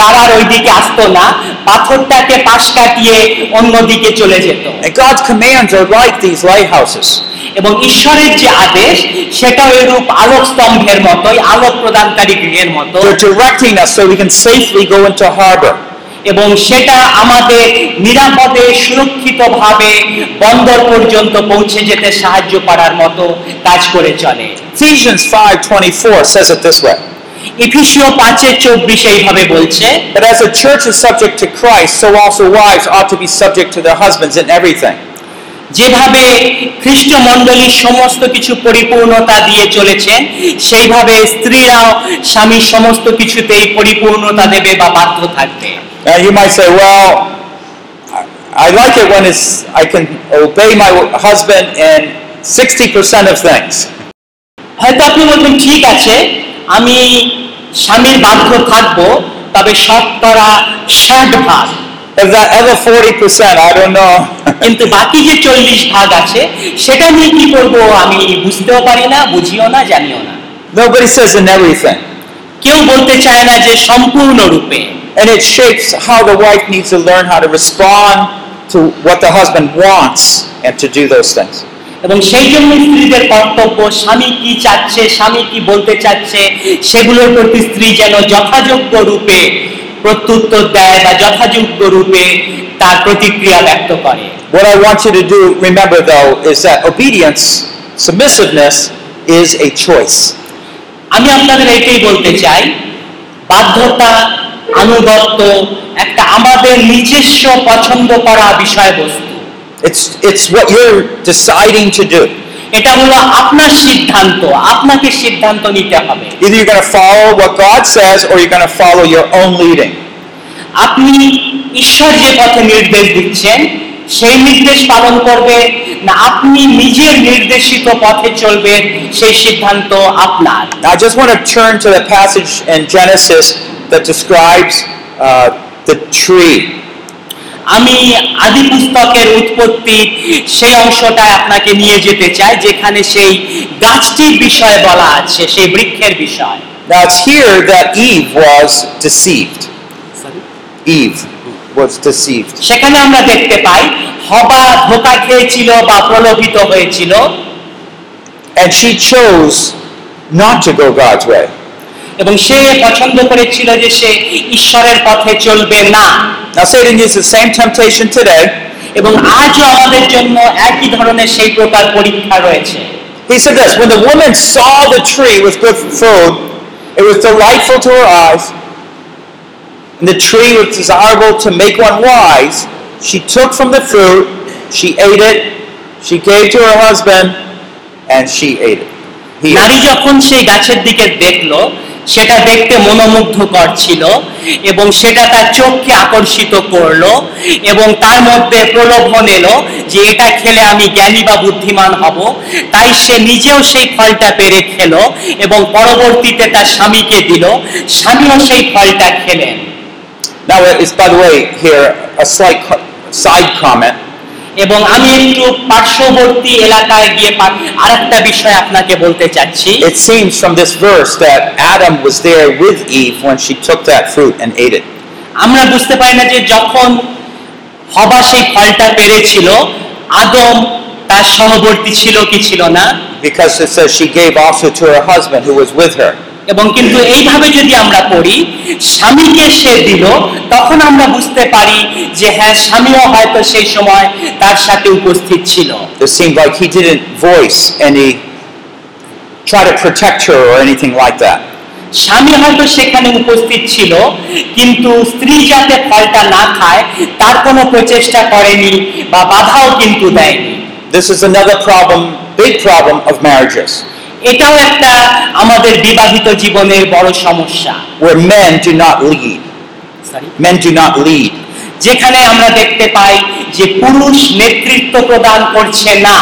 S4: তারা আর ওই দিকে আসতো না পাথরটাকে পাশ কাটিয়ে অন্যদিকে চলে যেত
S3: And God's commands are like these lighthouses.
S4: এবং ঈশ্বরের যে আদেশ সেটা এরূপ আলোক স্তম্ভের মতোই আলোক প্রদানকারী গৃহের মতো
S3: They're directing us so we can safely go into harbor.
S4: এবং সেটা আমাদের নিরাপদে সুরক্ষিতভাবে বন্দর পর্যন্ত পৌঁছে যেতে সাহায্য করার মতো কাজ করে চলে
S3: Ephesians 5:24 says it this way.
S4: ইফিসীয় পাঁচের চব্বিশ এইভাবে বলছে
S3: But as the church is subject to Christ, so also wives ought to be subject to their husbands in everything.
S4: যেভাবে খ্রিস্ট মণ্ডলীর সমস্ত কিছু পরিপূর্ণতা দিয়ে চলেছেন সেইভাবে স্ত্রীরাও স্বামীর সমস্ত কিছুতেই পরিপূর্ণতা দেবে বা বাধ্য থাকবে
S3: Now you might say, well, I I like it when it's, I can obey my husband in 60% of things.
S4: হয়তো আপনি বলবেন ঠিক আছে আমি স্বামীর বাধ্য থাকবো তবে শতকরা ষাট ভাগ
S3: If that other 40%, I don't know.
S4: কিন্তু বাকি যে চল্লিশ ভাগ আছে সেটা নিয়ে কি করবো আমি বুঝতেও পারি না বুঝিও না জানিও না
S3: Nobody says in everything.
S4: কেউ বলতে চায় না যে সম্পূর্ণরূপে
S3: And it shapes how the wife needs to learn how to respond to what the husband wants and to do those things.
S4: এবং সেই জন্য স্ত্রীদের কর্তব্য স্বামী কি চাচ্ছে স্বামী কি বলতে চাচ্ছে সেগুলোর প্রতি স্ত্রী যেন যথাযোগ্য রূপে প্রত্যুত্তর দেয় বা যথাযোগ্য রূপে তার প্রতিক্রিয়া ব্যক্ত করে
S3: What I want you to do, remember though, is that obedience, submissiveness, is a choice.
S4: আমি আপনাদের এটাই বলতে চাই বাধ্যতা আনুগত্য একটা আমাদের নিজস্ব পছন্দ করা বিষয়বস্তু
S3: It's, it's what you're deciding to do.
S4: এটা হলো আপনার সিদ্ধান্ত আপনাকে সিদ্ধান্ত নিতে হবে
S3: Either you're going to follow what God says or you're going to follow your own leading.
S4: আপনি ঈশ্বর যে পথে নির্দেশ দিচ্ছেন সেই নির্দেশ পালন করবে না আপনি নিজের নির্দেশিত পথে চলবেন সেই সিদ্ধান্ত আপনার
S3: I just want to turn to the passage in Genesis that describes uh, the tree.
S4: আমি আদি পুস্তকের উৎপত্তি সেই অংশটায় আপনাকে নিয়ে যেতে চাই যেখানে সেই গাছটির বিষয়ে বলা আছে সেই বৃক্ষের বিষয়
S3: Now it's here that Eve was deceived. Eve was deceived.
S4: সেখানে আমরা দেখতে পাই হবা ধোকা খেয়েছিল বা প্রলোভিত হয়েছিল
S3: And she chose not to go God's way.
S4: এবং সে পছন্দ করেছিল যে সে ঈশ্বরের পথে চলবে না
S3: Now Satan uses the same temptation today.
S4: এবং আজও আমাদের জন্য একই ধরনের সেই প্রকার পরীক্ষা রয়েছে
S3: He said this When the woman saw the tree with good food, it was delightful to her eyes, and the tree was desirable to make one wise. She took from the fruit, she ate it, she gave to her husband, and she ate it. He ate
S4: নারী
S3: it.
S4: যখন সেই গাছের দিকে দেখলো সেটা দেখতে মনোমুগ্ধকর ছিল এবং সেটা তার চোখকে আকর্ষিত করলো এবং তার মধ্যে প্রলোভন এলো যে এটা খেলে আমি জ্ঞানী বা বুদ্ধিমান হব তাই সে নিজেও সেই ফলটা পেরে খেলো এবং পরবর্তীতে তার স্বামীকে দিল স্বামীও সেই ফলটা খেলেন
S3: Now, it's by the way, here, a slight co- side comment.
S4: এবং আমি একটু পার্শ্ববর্তী এলাকায় গিয়ে পা- আরেকটা বিষয় আপনাকে বলতে চাচ্ছি
S3: It seems from this verse that Adam was there with Eve when she took that fruit and ate it.
S4: আমরা বুঝতে পারি না যে যখন হবা সেই ফলটা পেরেছিল আদম তার সহবর্তী ছিল কি ছিল না
S3: Because it says she gave also to her husband who was with her.
S4: এবং কিন্তু এইভাবে যদি আমরা পড়ি স্বামীকে সে দিল তখন আমরা বুঝতে পারি যে হ্যাঁ স্বামীও হয়তো সেই সময় তার সাথে উপস্থিত ছিল
S3: It seemed like he didn't voice any, try to protect her or anything like that.
S4: স্বামী হয়তো সেখানে উপস্থিত ছিল কিন্তু স্ত্রী যাতে ফলটা না খায় তার কোনো প্রচেষ্টা করেনি বা বাধাও কিন্তু দেয়নি
S3: This is another problem, big problem of marriages,
S4: এটাও একটা আমাদের বিবাহিত জীবনের বড় সমস্যা
S3: where men do not lead. Men do not lead.
S4: যেখানে আমরা দেখতে পাই যে পুরুষ নেতৃত্ব প্রদান করছে না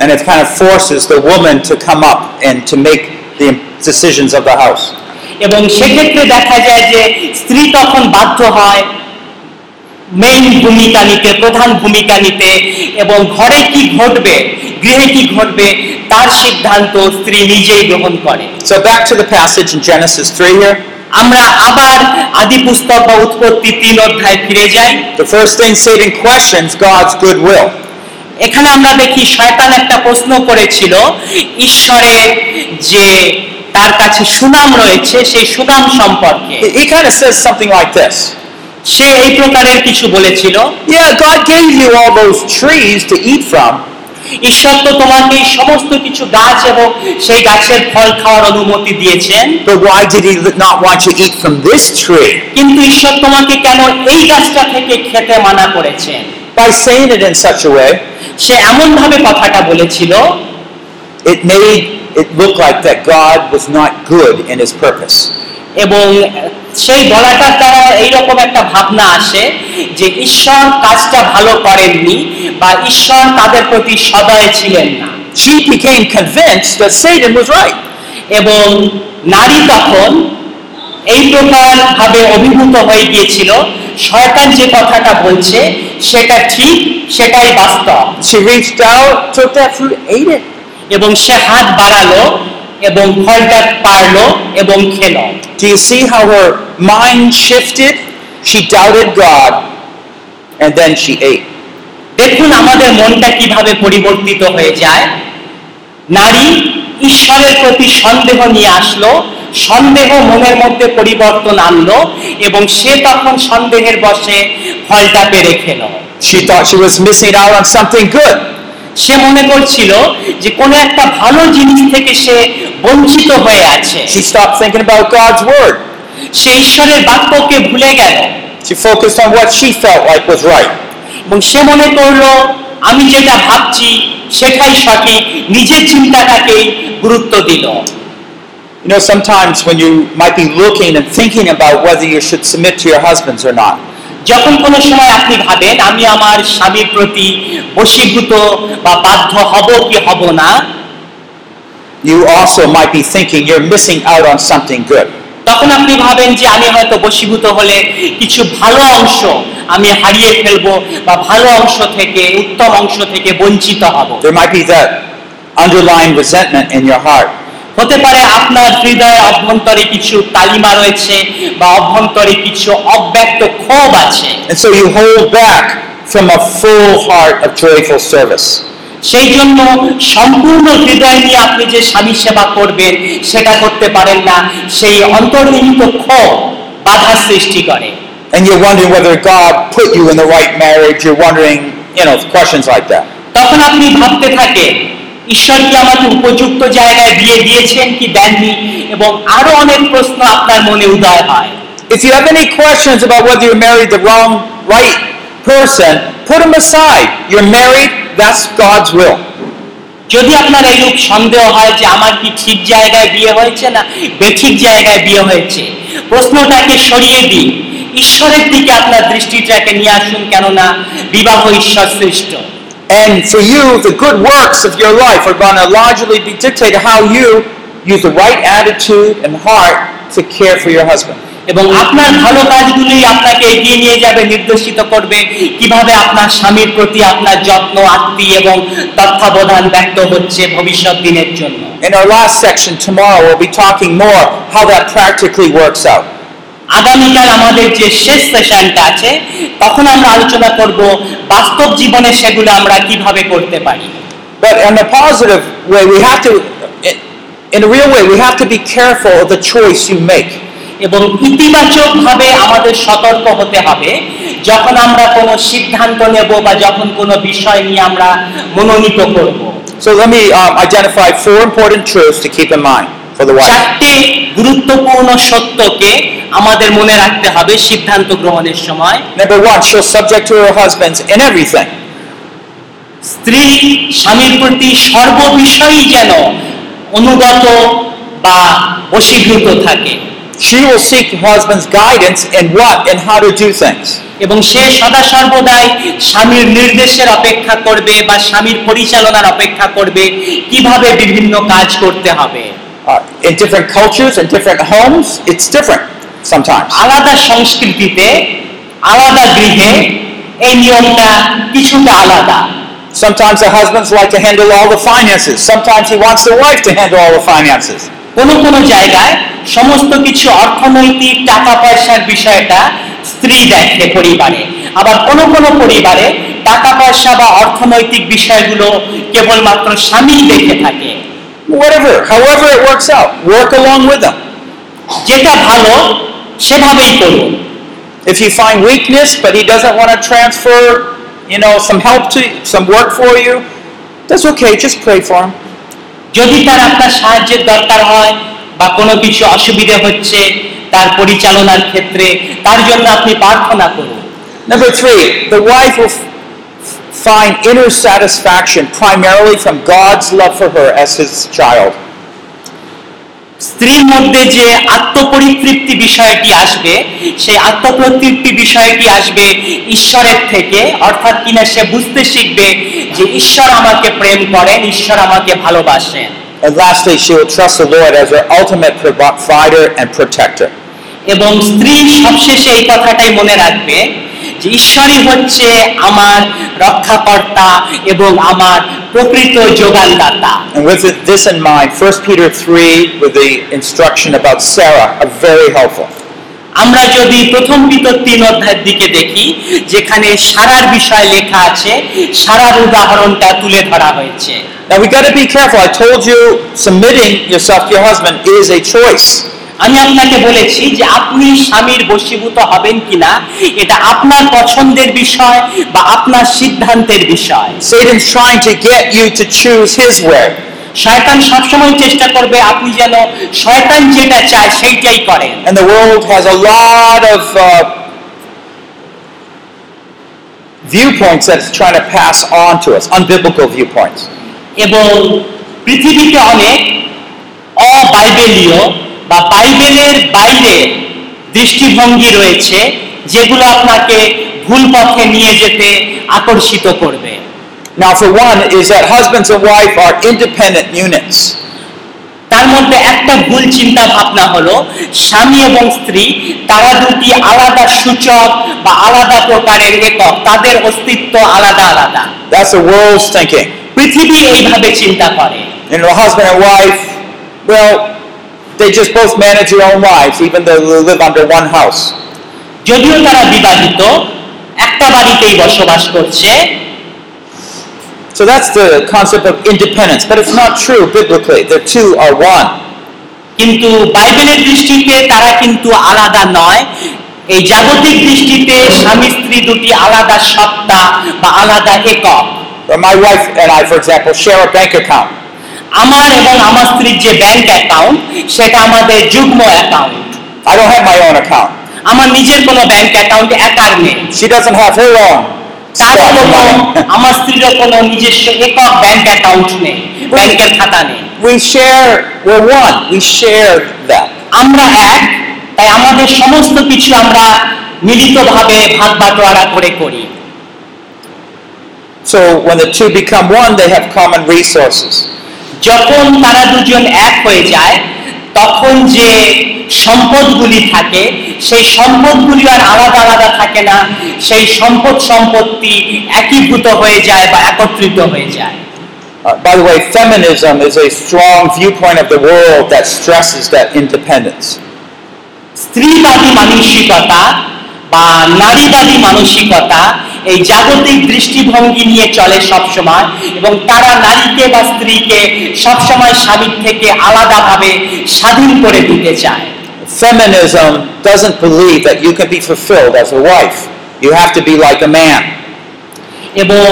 S3: and it kind of forces the woman to come up and to make the decisions of the house.
S4: এবং সেক্ষেত্রে দেখা যায় যে স্ত্রী তখন বাধ্য হয় মেইন ভূমিকা নিতে প্রধান ভূমিকা নিতে এবং ঘরে কি ঘটবে গৃহে কি ঘটবে তার সিদ্ধান্ত স্ত্রী নিজেই গ্রহণ করে
S3: So back to the passage in Genesis 3 here.
S4: আমরা আবার আদি পুস্তক বা উৎপত্তি তিন অধ্যায় ফিরে যাই
S3: The first thing Satan questions God's goodwill.
S4: এখানে আমরা দেখি শয়তান একটা প্রশ্ন করেছিল ঈশ্বরের যে তার কাছে সুনাম রয়েছে সেই সুনাম সম্পর্কে
S3: He, he kind of says something like this.
S4: সে এই প্রকারের কিছু বলেছিল
S3: Yeah, God gave you all those trees to eat from,
S4: ঈশ্বর তো তোমাকে এই সমস্ত কিছু গাছ এবং সেই গাছের ফল খাওয়ার অনুমতি দিয়েছেন
S3: but why did he not want you to eat from this tree?
S4: কিন্তু ঈশ্বর তোমাকে কেন এই গাছটা থেকে খেতে মানা করেছেন
S3: By saying it in such a way,
S4: সে এমন ভাবে কথাটা বলেছিল
S3: it made it look like that God was not good in his purpose.
S4: এবং সেই বলাটার দ্বারা এইরকম একটা ভাবনা আসে যে ঈশ্বর কাজটা ভালো করেননি বা ঈশ্বর তাদের প্রতি সদয় ছিলেন না
S3: She became convinced that Satan was right.
S4: এবং নারী তখন এই প্রকার ভাবে অভিভূত হয়ে গিয়েছিল শয়তান যে কথাটা বলছে সেটা ঠিক সেটাই বাস্তব
S3: She reached out, took that fruit, ate it.
S4: এবং সে হাত বাড়ালো এবং ফলটা পারলো এবং খেলো
S3: Do you see how her mind shifted? She doubted God, and then she ate.
S4: দেখুন আমাদের মনটা কিভাবে পরিবর্তিত হয়ে যায় নারী ঈশ্বরের প্রতি সন্দেহ নিয়ে আসলো সন্দেহ মনের মধ্যে পরিবর্তন আনলো এবং সে তখন সন্দেহের বশে ফলটা পেরে খেলো
S3: She thought she was missing out on something good.
S4: সে মনে করছিল যে কোনো একটা ভালো জিনিস থেকে সে বঞ্চিত হয়ে আছে
S3: She stopped thinking about God's word.
S4: সে ঈশ্বরের বাক্যকে ভুলে গেল
S3: She focused on what she felt like was right.
S4: এবং সে মনে করলো আমি যেটা ভাবছি সেটাই সঠিক নিজের চিন্তাটাকেই গুরুত্ব দিল
S3: You know, sometimes when you might be looking and thinking about whether you should submit to your husbands or not,
S4: যখন কোনো সময় আপনি ভাবেন আমি আমার স্বামীর প্রতি বশীভূত বা বাধ্য হব কি হব না
S3: you also might be thinking you're missing out on something good.
S4: তখন আপনি ভাবেন যে আমি হয়তো বশীভূত হলে কিছু ভালো অংশ আমি হারিয়ে ফেলবো বা ভালো অংশ থেকে উত্তম অংশ থেকে বঞ্চিত হব
S3: There might be that underlying resentment in your heart.
S4: হতে পারে আপনার হৃদয়ে অভ্যন্তরে কিছু তালিমা রয়েছে বা অভ্যন্তরে কিছু অব্যক্ত ক্ষোভ আছে
S3: And so you hold back from a full heart of joyful service.
S4: সেই জন্য সম্পূর্ণ হৃদয় নিয়ে আপনি যে স্বামী সেবা করবেন সেটা করতে পারেন না সেই অন্তর্নিহিত ক্ষোভ বাধা সৃষ্টি করে
S3: And you're wondering whether God put you in the right marriage. You're wondering, you know, questions like that.
S4: তখন আপনি ভাবতে থাকেন ঈশ্বর কি আমাকে উপযুক্ত জায়গায় বিয়ে দিয়েছেন কি দেননি এবং আরো অনেক প্রশ্ন আপনার মনে উদয় হয়
S3: If you have any questions about whether you married the wrong, right person, put them aside. You're married, that's God's will.
S4: যদি আপনার এইরূপ সন্দেহ হয় যে আমার কি ঠিক জায়গায় বিয়ে হয়েছে না বেঠিক জায়গায় বিয়ে হয়েছে প্রশ্নটাকে সরিয়ে দিন ঈশ্বরের দিকে আপনার দৃষ্টিটাকে নিয়ে আসুন কেননা বিবাহ ঈশ্বর শ্রেষ্ঠ
S3: And for you, the good works of your life are going to largely be dictated how you use the right attitude and heart to care for your husband.
S4: এবং আপনার ভালো কাজগুলি আপনাকে এগিয়ে নিয়ে যাবে নির্দেশিত করবে কিভাবে আপনার স্বামীর প্রতি আপনার যত্ন আত্মি এবং তত্ত্বাবধান ব্যক্ত হচ্ছে ভবিষ্যৎ দিনের জন্য
S3: In our last section tomorrow, we'll be talking more how that practically works out.
S4: আগামীকাল আমাদের যে শেষ সেশনটা আছে তখন আমরা আলোচনা করব বাস্তব জীবনে সেগুলো আমরা কিভাবে করতে পারি
S3: But in a positive way, we have to, in a real way, we have to be careful of the choice you make.
S4: এবং ইতিবাচকভাবে আমাদের সতর্ক হতে হবে যখন আমরা কোনো সিদ্ধান্ত নেব বা যখন কোনো বিষয় নিয়ে আমরা মনোনীত করবো
S3: So let me um, identify four important truths to keep in mind for the wife.
S4: চারটে গুরুত্বপূর্ণ সত্যকে আমাদের মনে রাখতে হবে সিদ্ধান্ত গ্রহণের সময়
S3: Number one, she'll subject to her husbands in everything.
S4: স্ত্রী স্বামীর প্রতি সর্ববিষয়ই যেন অনুগত বা বশীভূত থাকে
S3: She will seek her husband's guidance in what and how to do things.
S4: এবং সে সদা সর্বদাই স্বামীর নির্দেশের অপেক্ষা করবে বা স্বামীর পরিচালনার অপেক্ষা করবে কিভাবে বিভিন্ন কাজ করতে হবে
S3: Uh, in different cultures and different homes, it's different sometimes.
S4: আলাদা সংস্কৃতিতে আলাদা গৃহে এই নিয়মটা কিছুটা আলাদা
S3: Sometimes the husbands like to handle all the finances. Sometimes he wants the wife to handle all the finances.
S4: কোন কোন জায়গায় সমস্ত কিছু অর্থনৈতিক টাকা পয়সার বিষয়টা স্ত্রী দেখে পরিবারে আবার কোন কোন পরিবারে টাকা পয়সা বা অর্থনৈতিক বিষয়গুলো কেবলমাত্র স্বামী দেখে থাকে
S3: Whatever, however it works out, work along with them.
S4: যেটা ভালো সেভাবেই করুন
S3: If you find weakness, but he doesn't want to transfer, you know, some help to, some work for you, that's okay. Just pray for him.
S4: যদি তার আপনার সাহায্যের দরকার হয় বা কোনো কিছু অসুবিধা হচ্ছে তার পরিচালনার ক্ষেত্রে তার জন্য আপনি প্রার্থনা করুন
S3: Number three, the wife will f- find inner satisfaction primarily from God's love for her as his child.
S4: স্ত্রীর মধ্যে যে আত্মপরিতৃপ্তি বিষয়টি আসবে সেই আত্মপরিতৃপ্তি বিষয়টি আসবে ঈশ্বরের থেকে অর্থাৎ কিনা সে বুঝতে শিখবে যে ঈশ্বর আমাকে প্রেম করেন ঈশ্বর আমাকে ভালোবাসেন
S3: And lastly, she will trust the Lord as her ultimate provider and protector.
S4: এবং স্ত্রী সবশেষে এই কথাটাই মনে রাখবে যে ঈশ্বরই হচ্ছে আমার রক্ষাকর্তা এবং আমার প্রকৃত যোগানদাতা
S3: And with this in mind, 1 Peter 3, with the instruction about Sarah, are very helpful.
S4: আমরা যদি প্রথম পিতর তিন অধ্যায়ের দিকে দেখি যেখানে সারার বিষয় লেখা আছে সারার উদাহরণটা তুলে ধরা হয়েছে
S3: Now we got to be careful. I told you, submitting yourself to your husband is a choice.
S4: আমি আপনাকে বলেছি যে আপনি স্বামীর বশীভূত হবেন কিনা এটা আপনার পছন্দের বিষয় বা আপনার সিদ্ধান্তের বিষয়
S3: Satan's trying to get you to choose his way.
S4: শয়তান সবসময় চেষ্টা করবে আপনি যেন শয়তান যেটা চায় সেইটাই করেন
S3: And the world has a lot of uh, viewpoints that it's trying to pass on to us, unbiblical viewpoints.
S4: এবং পৃথিবীতে অনেক অবাইবেলীয় বা বাইবেলের বাইরে দৃষ্টিভঙ্গি রয়েছে যেগুলো আপনাকে ভুল পথে নিয়ে যেতে আকর্ষিত করবে
S3: Now, for one, is that husbands and wife are independent units.
S4: তার মধ্যে একটা ভুল চিন্তা ভাবনা হলো স্বামী এবং স্ত্রী তারা দুটি আলাদা সূচক বা আলাদা প্রকারের একক তাদের অস্তিত্ব আলাদা আলাদা
S3: That's the world's thinking.
S4: পৃথিবী এইভাবে চিন্তা করে
S3: You know, husband and wife, well, they just both manage their own lives, even though they live under one house.
S4: যদিও তারা বিবাহিত একটা বাড়িতেই বসবাস করছে
S3: So that's the concept of independence, but it's not true biblically. The two are one.
S4: কিন্তু বাইবেলের দৃষ্টিতে তারা কিন্তু আলাদা নয় এই জাগতিক দৃষ্টিতে স্বামী স্ত্রী দুটি আলাদা সত্তা বা আলাদা একক
S3: But My wife and I, for example, share a bank account.
S4: আমার এবং আমার স্ত্রীর যে ব্যাংক অ্যাকাউন্ট সেটা আমাদের যুগ্ম account
S3: I don't have my own account.
S4: আমার নিজের কোনো ব্যাংক অ্যাকাউন্ট একার নেই
S3: She doesn't have her own.
S4: তার
S3: stock
S4: কোনো
S3: money.
S4: আমার স্ত্রীরও কোনো নিজস্ব একক ব্যাংক অ্যাকাউন্ট নেই ব্যাংকের খাতা নেই
S3: we share, we're one. We share that.
S4: আমরা এক তাই আমাদের সমস্ত কিছু আমরা মিলিতভাবে ভাগ বাটোয়ারা করে করি
S3: So when the two become one, they have common resources.
S4: যখন তারা দুজন এক হয়ে যায় তখন যে সম্পদগুলি থাকে সেই সম্পদগুলি আর আলাদা আলাদা থাকে না সেই সম্পদ সম্পত্তি একীভূত হয়ে যায় বা একত্রিত হয়ে যায়
S3: Uh, by the way, feminism is a strong viewpoint of the world that stresses that independence.
S4: স্ত্রীবাদী মানসিকতা বা নারীবাদী মানসিকতা এই জাগতিক দৃষ্টিভঙ্গি নিয়ে চলে সবসময় এবং তারা নারীকে বা স্ত্রীকে সবসময় স্বামীর থেকে আলাদাভাবে স্বাধীন করে দিতে চায়
S3: Feminism doesn't believe that you can be fulfilled as a wife. You have to be like a man.
S4: এবং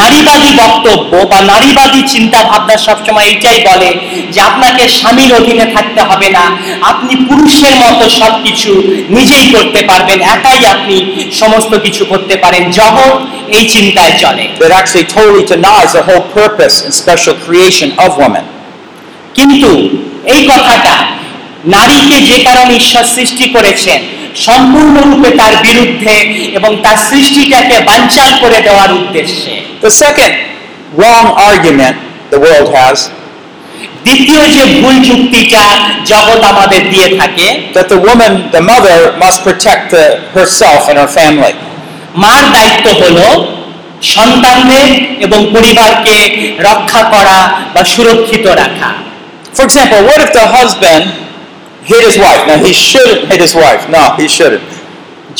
S4: নারীবাদী বক্তব্য বা নারীবাদী চিন্তা ভাবনা সবসময় এটাই বলে যে আপনাকে স্বামীর অধীনে থাকতে হবে না আপনি পুরুষের মতো সবকিছু নিজেই করতে পারবেন একাই আপনি সমস্ত কিছু করতে পারেন জগৎ এই চিন্তায় চলে
S3: That actually totally denies the whole purpose and special creation of woman.
S4: কিন্তু এই কথাটা নারীকে যে কারণে ঈশ্বর সৃষ্টি করেছেন সম্পূর্ণরূপে তার বিরুদ্ধে এবং তার সৃষ্টিটাকে বাঞ্চাল করে দেওয়ার উদ্দেশ্যে
S3: The second wrong argument the world has
S4: দ্বিতীয় যে ভুল যুক্তিটা জগৎ আমাদের দিয়ে থাকে
S3: that the woman, the mother, must protect the, herself and her family.
S4: মার দায়িত্ব হলো সন্তানদের এবং পরিবারকে রক্ষা করা বা সুরক্ষিত রাখা
S3: For example, what if the husband hit his wife? Now he shouldn't hit his wife. No, he shouldn't.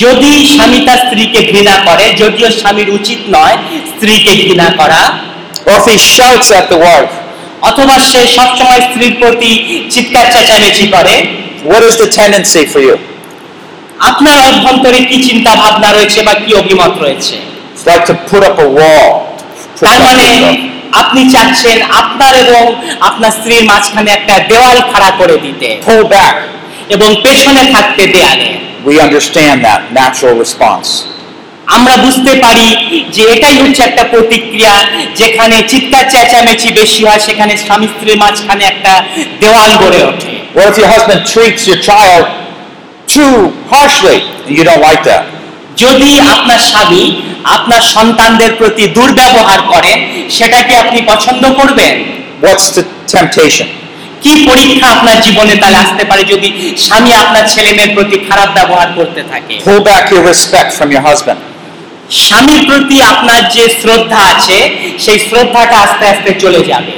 S4: যদি স্বামী তার স্ত্রীকে ঘৃণা করে যদিও স্বামীর উচিত নয় স্ত্রীকে ঘৃণা করা
S3: Or if he shouts at the wife,
S4: অথবা সে সবসময় স্ত্রীর প্রতি চিৎকার চেঁচামেচি করে
S3: what is the tendency for you?
S4: আপনার অভ্যন্তরে কি চিন্তা ভাবনা রয়েছে বা কি অভিমত রয়েছে
S3: It's like to put up a wall.
S4: তার মানে
S3: protect yourself.
S4: আপনি চাচ্ছেন আপনার এবং আপনার স্ত্রীর মাঝখানে একটা দেওয়াল খাড়া করে দিতে
S3: Pull back.
S4: এবং পেছনে থাকতে দেয়ালে
S3: We understand that natural response.
S4: আমরা বুঝতে পারি যে এটাই হচ্ছে একটা প্রতিক্রিয়া যেখানে চিৎকার চেঁচামেচি বেশি হয় সেখানে স্বামী স্ত্রীর মাঝখানে একটা দেওয়াল গড়ে ওঠে
S3: What if your husband treats your child too harshly and you don't like that?
S4: যদি আপনার স্বামী আপনার সন্তানদের প্রতি দুর্ব্যবহার করে সেটা কি আপনি পছন্দ করবেন
S3: What's the temptation?
S4: কি পরীক্ষা আপনার জীবনে তাহলে আসতে পারে যদি স্বামী আপনার ছেলে মেয়ের প্রতি খারাপ ব্যবহার করতে থাকে
S3: Pull back your respect from your husband.
S4: স্বামীর প্রতি আপনার যে শ্রদ্ধা আছে সেই শ্রদ্ধাটা আস্তে আস্তে চলে যাবে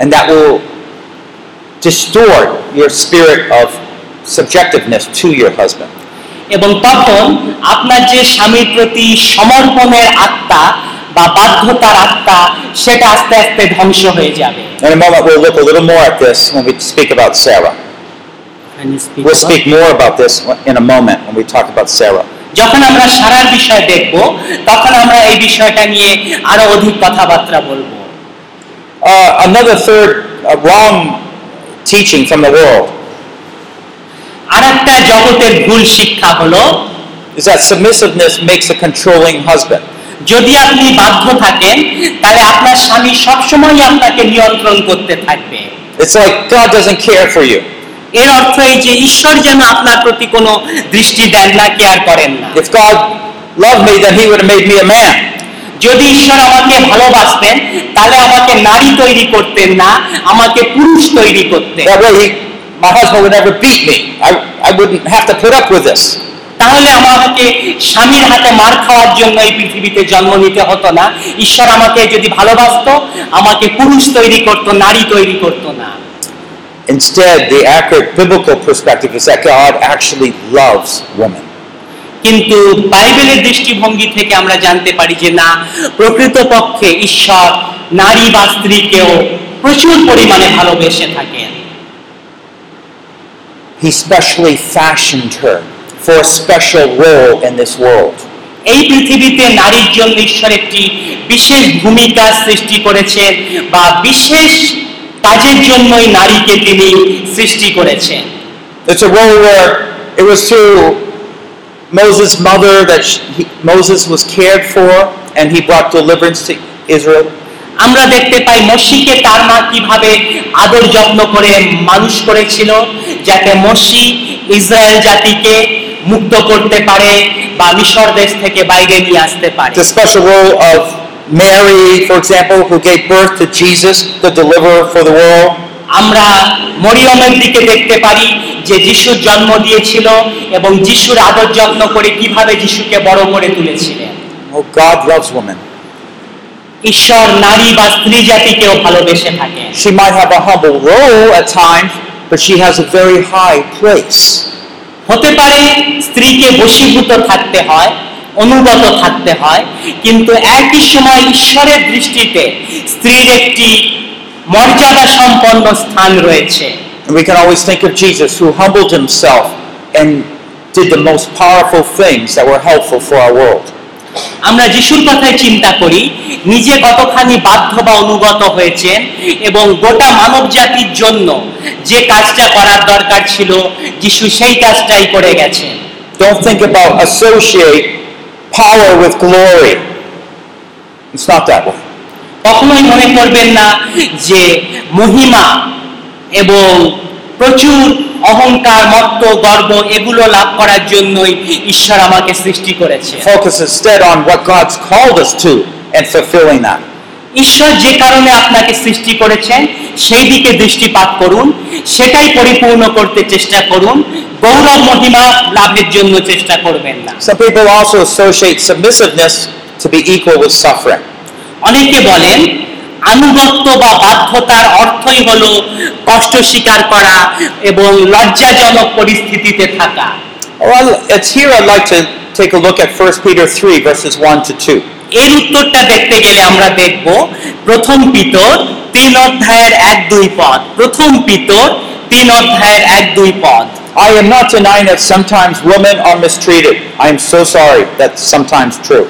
S3: and that will distort your spirit of subjectiveness to your husband.
S4: এবং তখন আপনার যে স্বামীর প্রতি সমর্পণের আত্মা বা বাধ্যতার আত্মা সেটা আস্তে আস্তে ধ্বংস হয়ে যাবে
S3: In a moment, we'll look a little more at this when we speak about Sarah. We'll speak more about this in a moment when we talk about Sarah.
S4: যখন আমরা সারার বিষয় দেখব তখন আমরা এই বিষয়টা নিয়ে আরো অধিক কথাবার্তা বলবো
S3: Uh, another third uh, wrong teaching from the world
S4: আর একটা জগতের ভুল শিক্ষা হলো
S3: is that submissiveness makes a controlling husband.
S4: যদি আপনি বাধ্য থাকেন তাহলে আপনার স্বামী সবসময় আপনাকে নিয়ন্ত্রণ করতে থাকবে
S3: It's like God doesn't care for you.
S4: এর অর্থ এই যে ঈশ্বর যেন আপনার প্রতি কোনো দৃষ্টি দেন না কেয়ার করেন না
S3: If God loved me, then He would have made me a man.
S4: যদি ঈশ্বর আমাকে ভালোবাসতেন তাহলে আমাকে নারী তৈরি করতেন না আমাকে পুরুষ তৈরি করতেন
S3: That way, he, my husband would never beat me. I, I wouldn't have to put up with this.
S4: তাহলে আমাকে স্বামীর হাতে মার খাওয়ার জন্য এই পৃথিবীতে জন্ম নিতে হতো না ঈশ্বর আমাকে যদি ভালোবাসতো আমাকে পুরুষ তৈরি করত নারী তৈরি করত না
S3: Instead, the accurate biblical perspective is that God actually loves women.
S4: কিন্তু বাইবেলের দৃষ্টিভঙ্গি থেকে আমরা জানতে পারি যে না প্রকৃতপক্ষে ঈশ্বর নারী বা স্ত্রীকেও প্রচুর পরিমাণে ভালোবেসে থাকেন
S3: He specially fashioned her for a special role in this world.
S4: এই পৃথিবীতে নারীর জন্য ঈশ্বর একটি বিশেষ ভূমিকা সৃষ্টি করেছেন বা বিশেষ কাজের জন্যই নারীকে তিনি সৃষ্টি করেছেন
S3: It's a role where it was through Moses' mother that she- he, Moses was cared for and he brought deliverance to Israel.
S4: আমরা দেখতে পাই মসিকে তার মা কিভাবে আদর যত্ন করে মানুষ করেছিল যাতে মসি ইসরায়েল জাতিকে মুক্ত করতে পারে বা মিশর দেশ থেকে বাইরে নিয়ে আসতে পারে
S3: The special role of Mary, for example, who gave birth to Jesus, the deliverer for the world.
S4: আমরা মরিয়মের দিকে দেখতে পারি যে যিশুর জন্ম দিয়েছিল এবং যিশুর আদর যত্ন করে কিভাবে যিশুকে বড় করে তুলেছিলেন
S3: Oh, God loves women.
S4: ঈশ্বর নারী বা স্ত্রী জাতিকেও ভালোবেসে থাকেন
S3: She might have a humble role at times, but she has a very high place.
S4: হতে পারে স্ত্রীকে বশীভূত থাকতে হয় অনুগত থাকতে হয় কিন্তু একই সময় ঈশ্বরের দৃষ্টিতে স্ত্রীর একটি মর্যাদা সম্পন্ন স্থান রয়েছে
S3: And we can always think of Jesus who humbled himself and did the most powerful things that were helpful for our world.
S4: আমরা যিশুর কথাই চিন্তা করি নিজে কতখানি বাধ্য বা অনুগত হয়েছেন এবং গোটা মানব জাতির জন্য যে কাজটা করার দরকার ছিল যিশু সেই কাজটাই করে গেছেন
S3: Don't think about associate power with glory. It's not that way.
S4: কখনোই মনে করবেন না যে মহিমা এবং প্রচুর অহংকার মত্ত গর্ব এগুলো লাভ করার জন্যই ঈশ্বর আমাকে সৃষ্টি করেছে
S3: Focus instead on what God's called us to and fulfilling that.
S4: ঈশ্বর যে কারণে আপনাকে সৃষ্টি করেছেন সেই দিকে দৃষ্টিপাত করুন সেটাই পরিপূর্ণ করতে চেষ্টা করুন গৌরব মহিমা লাভের জন্য চেষ্টা করবেন না
S3: Some people also associate submissiveness to be equal with suffering.
S4: অনেকে বলেন আনুগত্য বা বাধ্যতার অর্থই হলো কষ্ট স্বীকার করা এবং লজ্জাজনক পরিস্থিতিতে থাকা
S3: Well, it's here I'd like to take a look at 1 Peter 3, verses 1 to 2.
S4: এর উত্তরটা দেখতে গেলে আমরা দেখব প্রথম পিতর তিন অধ্যায়ের এক দুই পদ প্রথম পিতর তিন অধ্যায়ের এক দুই পদ
S3: I am not denying that sometimes women are mistreated. I am so sorry that's sometimes true.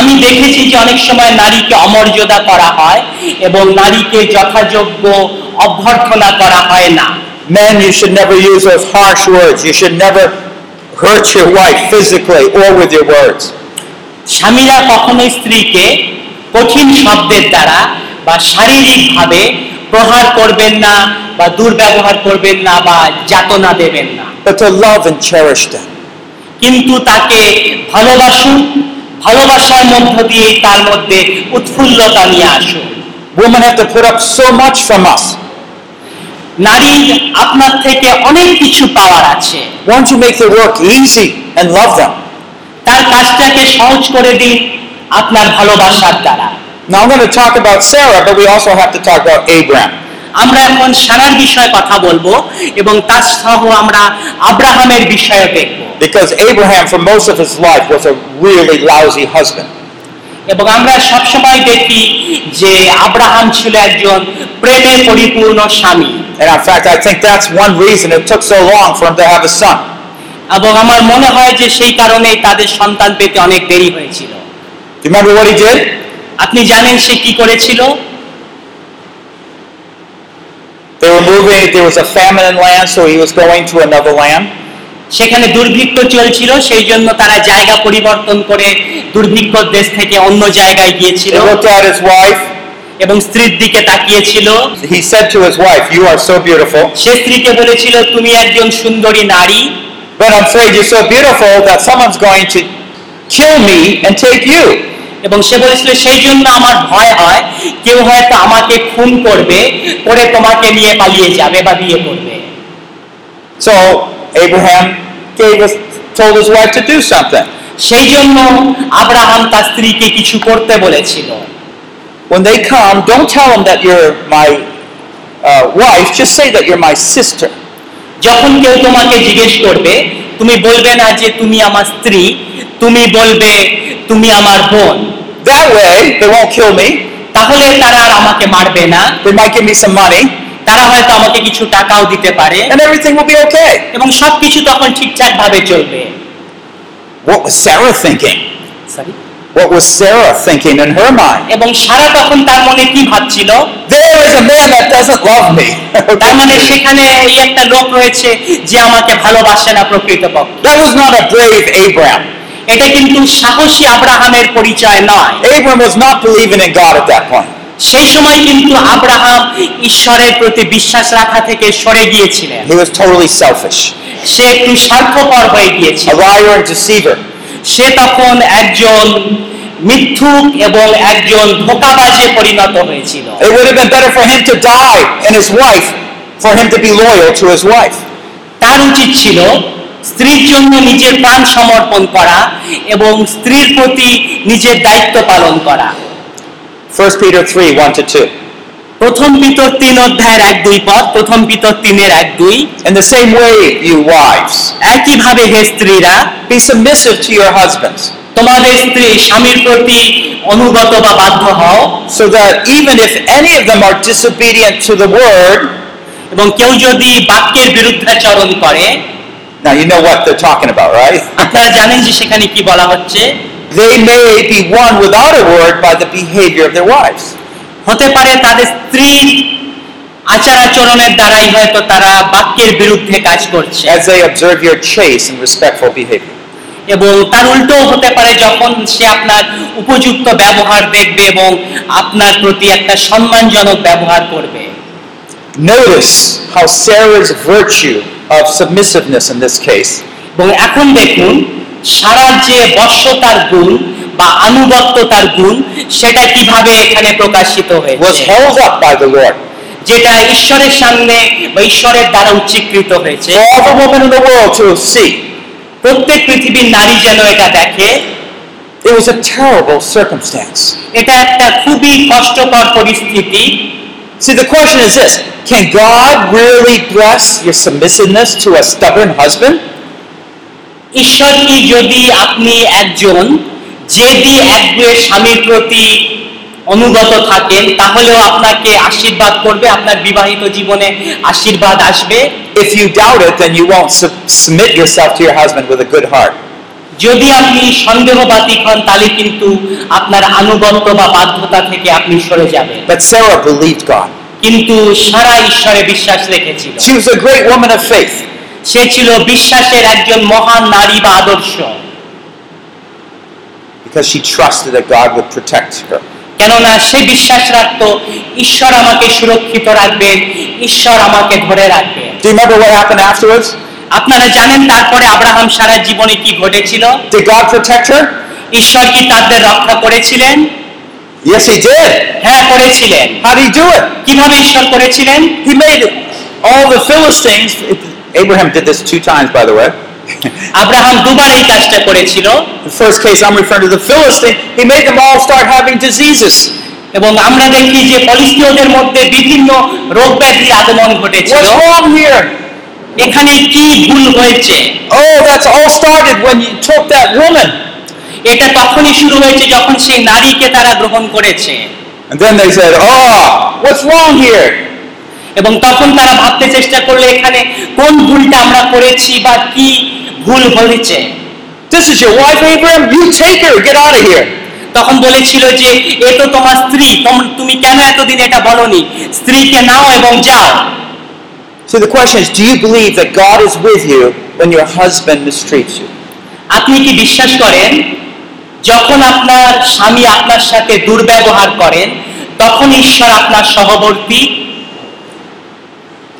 S4: আমি দেখেছি যে অনেক সময় নারীকে অমর্যাদা করা হয় এবং নারীকে যথাযোগ্য অভ্যর্থনা করা হয় না
S3: Men, you should never use those harsh words. You should never hurt your wife physically or with your words.
S4: স্বামীরা কখনোই স্ত্রীকে কঠিন শব্দের দ্বারা বা শারীরিকভাবে প্রহার করবেন না বা দুর্ব্যবহার করবেন না বা যাতনা দেবেন না
S3: But to love and cherish them.
S4: কিন্তু তাকে ভালোবাসুন ভালোবাসার মধ্য দিয়ে তার মধ্যে উৎফুল্লতা নিয়ে আসুন
S3: Women have to put up so much from us.
S4: নারী আপনার থেকে অনেক কিছু পাওয়ার আছে
S3: Why don't you make their work easy and love them?
S4: তার কাজটাকে সহজ করে দিন আপনার ভালোবাসার দ্বারা
S3: Now I'm going to talk about Sarah, but we also have to talk about Abraham.
S4: আমরা এখন সারার বিষয়ে কথা বলবো এবং তার সহ আমরা আব্রাহামের বিষয়ে দেখব
S3: Because Abraham, for most of his life, was a really lousy husband.
S4: এবং আমরা সবসময় দেখি যে আব্রাহাম ছিল একজন প্রেমে পরিপূর্ণ স্বামী
S3: And in fact, I think that's one reason it took so long for him to have a son.
S4: এবং আমার মনে হয় যে সেই কারণে তাদের সন্তান পেতে অনেক দেরি হয়েছিল
S3: Do you remember what he did?
S4: আপনি জানেন সে কি করেছিল
S3: They were moving, there was a famine in land, so he was going to another land.
S4: সেখানে দুর্ভিক্ষ চলছিল সেই জন্য তারা জায়গা পরিবর্তন করে দুর্ভিক্ষ দেশ থেকে অন্য জায়গায়
S3: He
S4: গিয়েছিল
S3: looked at his wife.
S4: এবং স্ত্রীর দিকে তাকিয়েছিল
S3: He said to his wife, You are so beautiful.
S4: সে স্ত্রীকে বলেছিল তুমি একজন সুন্দরী নারী
S3: But I'm afraid you're so beautiful that someone's going to kill me and take you.
S4: এবং সে বলেছিল সেই জন্য আমার ভয় হয় কেউ হয়তো আমাকে খুন করবে করে তোমাকে নিয়ে পালিয়ে যাবে বা বিয়ে করবে
S3: So Abraham gave his, told his wife to do something.
S4: সেই জন্য আব্রাহাম তার স্ত্রীকে কিছু করতে বলেছিল
S3: When they come, don't tell them that you're my uh, wife, just say that you're my sister.
S4: যখন কেউ তোমাকে জিজ্ঞেস করবে তুমি বলবে না যে তুমি আমার স্ত্রী তুমি বলবে তুমি আমার বোন
S3: That way, they won't kill me.
S4: তাহলে তারা আর আমাকে মারবে না
S3: They might give me some money,
S4: তারা হয়তো আমাকে কিছু টাকাও দিতে পারে
S3: and everything will be okay.
S4: এবং সবকিছু তখন ঠিকঠাক ভাবে চলবে
S3: What was Sarah thinking?
S4: Sorry
S3: What was Sarah thinking in her mind?
S4: এবং সারা তখন তার মনে কি ভাবছিল
S3: There is a man that doesn't love me.
S4: তার মানে সেখানে এই একটা লোক রয়েছে যে আমাকে ভালোবাসে না প্রকৃতপক্ষে
S3: that was not a brave Abraham.
S4: এটা কিন্তু সাহসী আব্রাহামের পরিচয় নয়
S3: Abraham was not believing in God at that point.
S4: সেই সময় কিন্তু আব্রাহাম ঈশ্বরের প্রতি বিশ্বাস রাখা থেকে সরে গিয়েছিলেন
S3: He was totally selfish,
S4: সে একটু স্বার্থপর হয়ে
S3: a
S4: গিয়েছিল
S3: liar and deceiver.
S4: সে তখন একজন মিথ্যুক এবং একজন ধোকাবাজে পরিণত হয়েছিল
S3: It would have been better for him to die and his wife, for him to be loyal to his wife.
S4: তার উচিত ছিল স্ত্রীর জন্য নিজের প্রাণ সমর্পণ করা এবং স্ত্রীর প্রতি নিজের দায়িত্ব পালন করা
S3: 1 Peter 3 1 to 2.
S4: প্রথম পিতর তিন অধ্যায়ের এক দুই পদ প্রথম পিতর তিনের এক দুই
S3: In the same way, you wives,
S4: একইভাবে হে স্ত্রীরা
S3: be submissive to your husbands.
S4: তোমাদের স্ত্রী স্বামীর প্রতি অনুগত বা বাধ্য হও
S3: so that even if any of them are disobedient to the word,
S4: এবং কেউ যদি বাক্যের বিরুদ্ধাচরণ করে
S3: now you know what they're talking about, right?
S4: আপনারা জানেন যে সেখানে কি বলা হচ্ছে
S3: They may be won without a word by the behavior of their wives.
S4: হতে পারে তাদের স্ত্রী আচার আচরণের দ্বারাই হয়তো তারা বাক্যের বিরুদ্ধে কাজ করছে
S3: As they observe your chaste and respectful behavior.
S4: এবং তার উল্টো হতে পারে যখন সে আপনার উপযুক্ত ব্যবহার দেখবে এবং আপনার প্রতি একটা সম্মানজনক ব্যবহার করবে
S3: Notice how Sarah's virtue of submissiveness in this case
S4: এবং এখন দেখুন সারা যে বর্ষতার গুণ বা আনুগত্যতার গুণ সেটা কিভাবে এখানে প্রকাশিত
S3: was
S4: হয়েছে
S3: held up by the Lord.
S4: যেটা ঈশ্বরের সামনে বা ঈশ্বরের দ্বারা উচ্চীকৃত হয়েছে
S3: For all the women in the world to see,
S4: প্রত্যেক পৃথিবীর নারী যেন এটা দেখে
S3: it was a terrible circumstance.
S4: এটা একটা খুবই কষ্টকর পরিস্থিতি
S3: See, the question is this Can God really bless your submissiveness to a stubborn husband?
S4: ঈশ্বর কি যদি আপনি একজন যেদি একগুয়ে স্বামীর প্রতি অনুগত থাকেন তাহলেও আপনাকে আশীর্বাদ করবে আপনার বিবাহিত জীবনে আশীর্বাদ আসবে
S3: If you doubt it, then you won't sub- submit yourself to your husband with a good heart.
S4: যদি আপনি সন্দেহবাতিক হন তাহলে কিন্তু আপনার আনুগত্য বা বাধ্যতা থেকে আপনি সরে যাবেন
S3: But Sarah believed God.
S4: কিন্তু সারা ঈশ্বরে বিশ্বাস রেখেছিল
S3: She was a great woman of faith.
S4: সে ছিল বিশ্বাসের একজন মহান নারী বা আদর্শ
S3: because she trusted that God would protect her.
S4: কেননা সে বিশ্বাস রাখত ঈশ্বর আমাকে সুরক্ষিত রাখবেন ঈশ্বর আমাকে ধরে রাখবেন
S3: Do you remember what happened afterwards?
S4: আপনারা জানেন তারপরে আব্রাহাম সারা জীবনে কি ঘটেছিল
S3: Did God protect her?
S4: ঈশ্বর কি তাদের রক্ষা করেছিলেন
S3: Yes, He did.
S4: হ্যাঁ করেছিলেন
S3: How did He do it?
S4: কিভাবে ঈশ্বর করেছিলেন
S3: He made all the Philistines. Abraham did this two times, by the way.
S4: Abraham দুবার এই কাজটা করেছিল
S3: The first case I'm referring to, the Philistine, he made them all start having diseases.
S4: এবং আমরা দেখি যে ফলিস্তীয়দের মধ্যে বিভিন্ন রোগ ব্যাধির আগমন ঘটেছিল
S3: What's wrong here?
S4: এখানে কি ভুল হয়েছে
S3: Oh, that's all started when you took that woman.
S4: এটা তখনই শুরু হয়েছে যখন সেই নারীকে তারা গ্রহণ করেছে
S3: And then they said, Oh, what's wrong here?
S4: এবং তখন তারা ভাবতে চেষ্টা করলো এখানে কোন ভুলটা আমরা করেছি বা কি ভুল হয়েছে
S3: This is your wife, Abraham. You take her. Get out of here.
S4: তখন বলেছিল যে এ তো তোমার স্ত্রী তোম- তুমি কেন এতদিন এটা বলনি স্ত্রীকে নাও এবং যাও
S3: So the question is, do you believe that God is with you when your husband mistreats you?
S4: আপনি কি বিশ্বাস করেন যখন আপনার স্বামী আপনার সাথে দুর্ব্যবহার করেন তখন ঈশ্বর আপনার সহবর্তী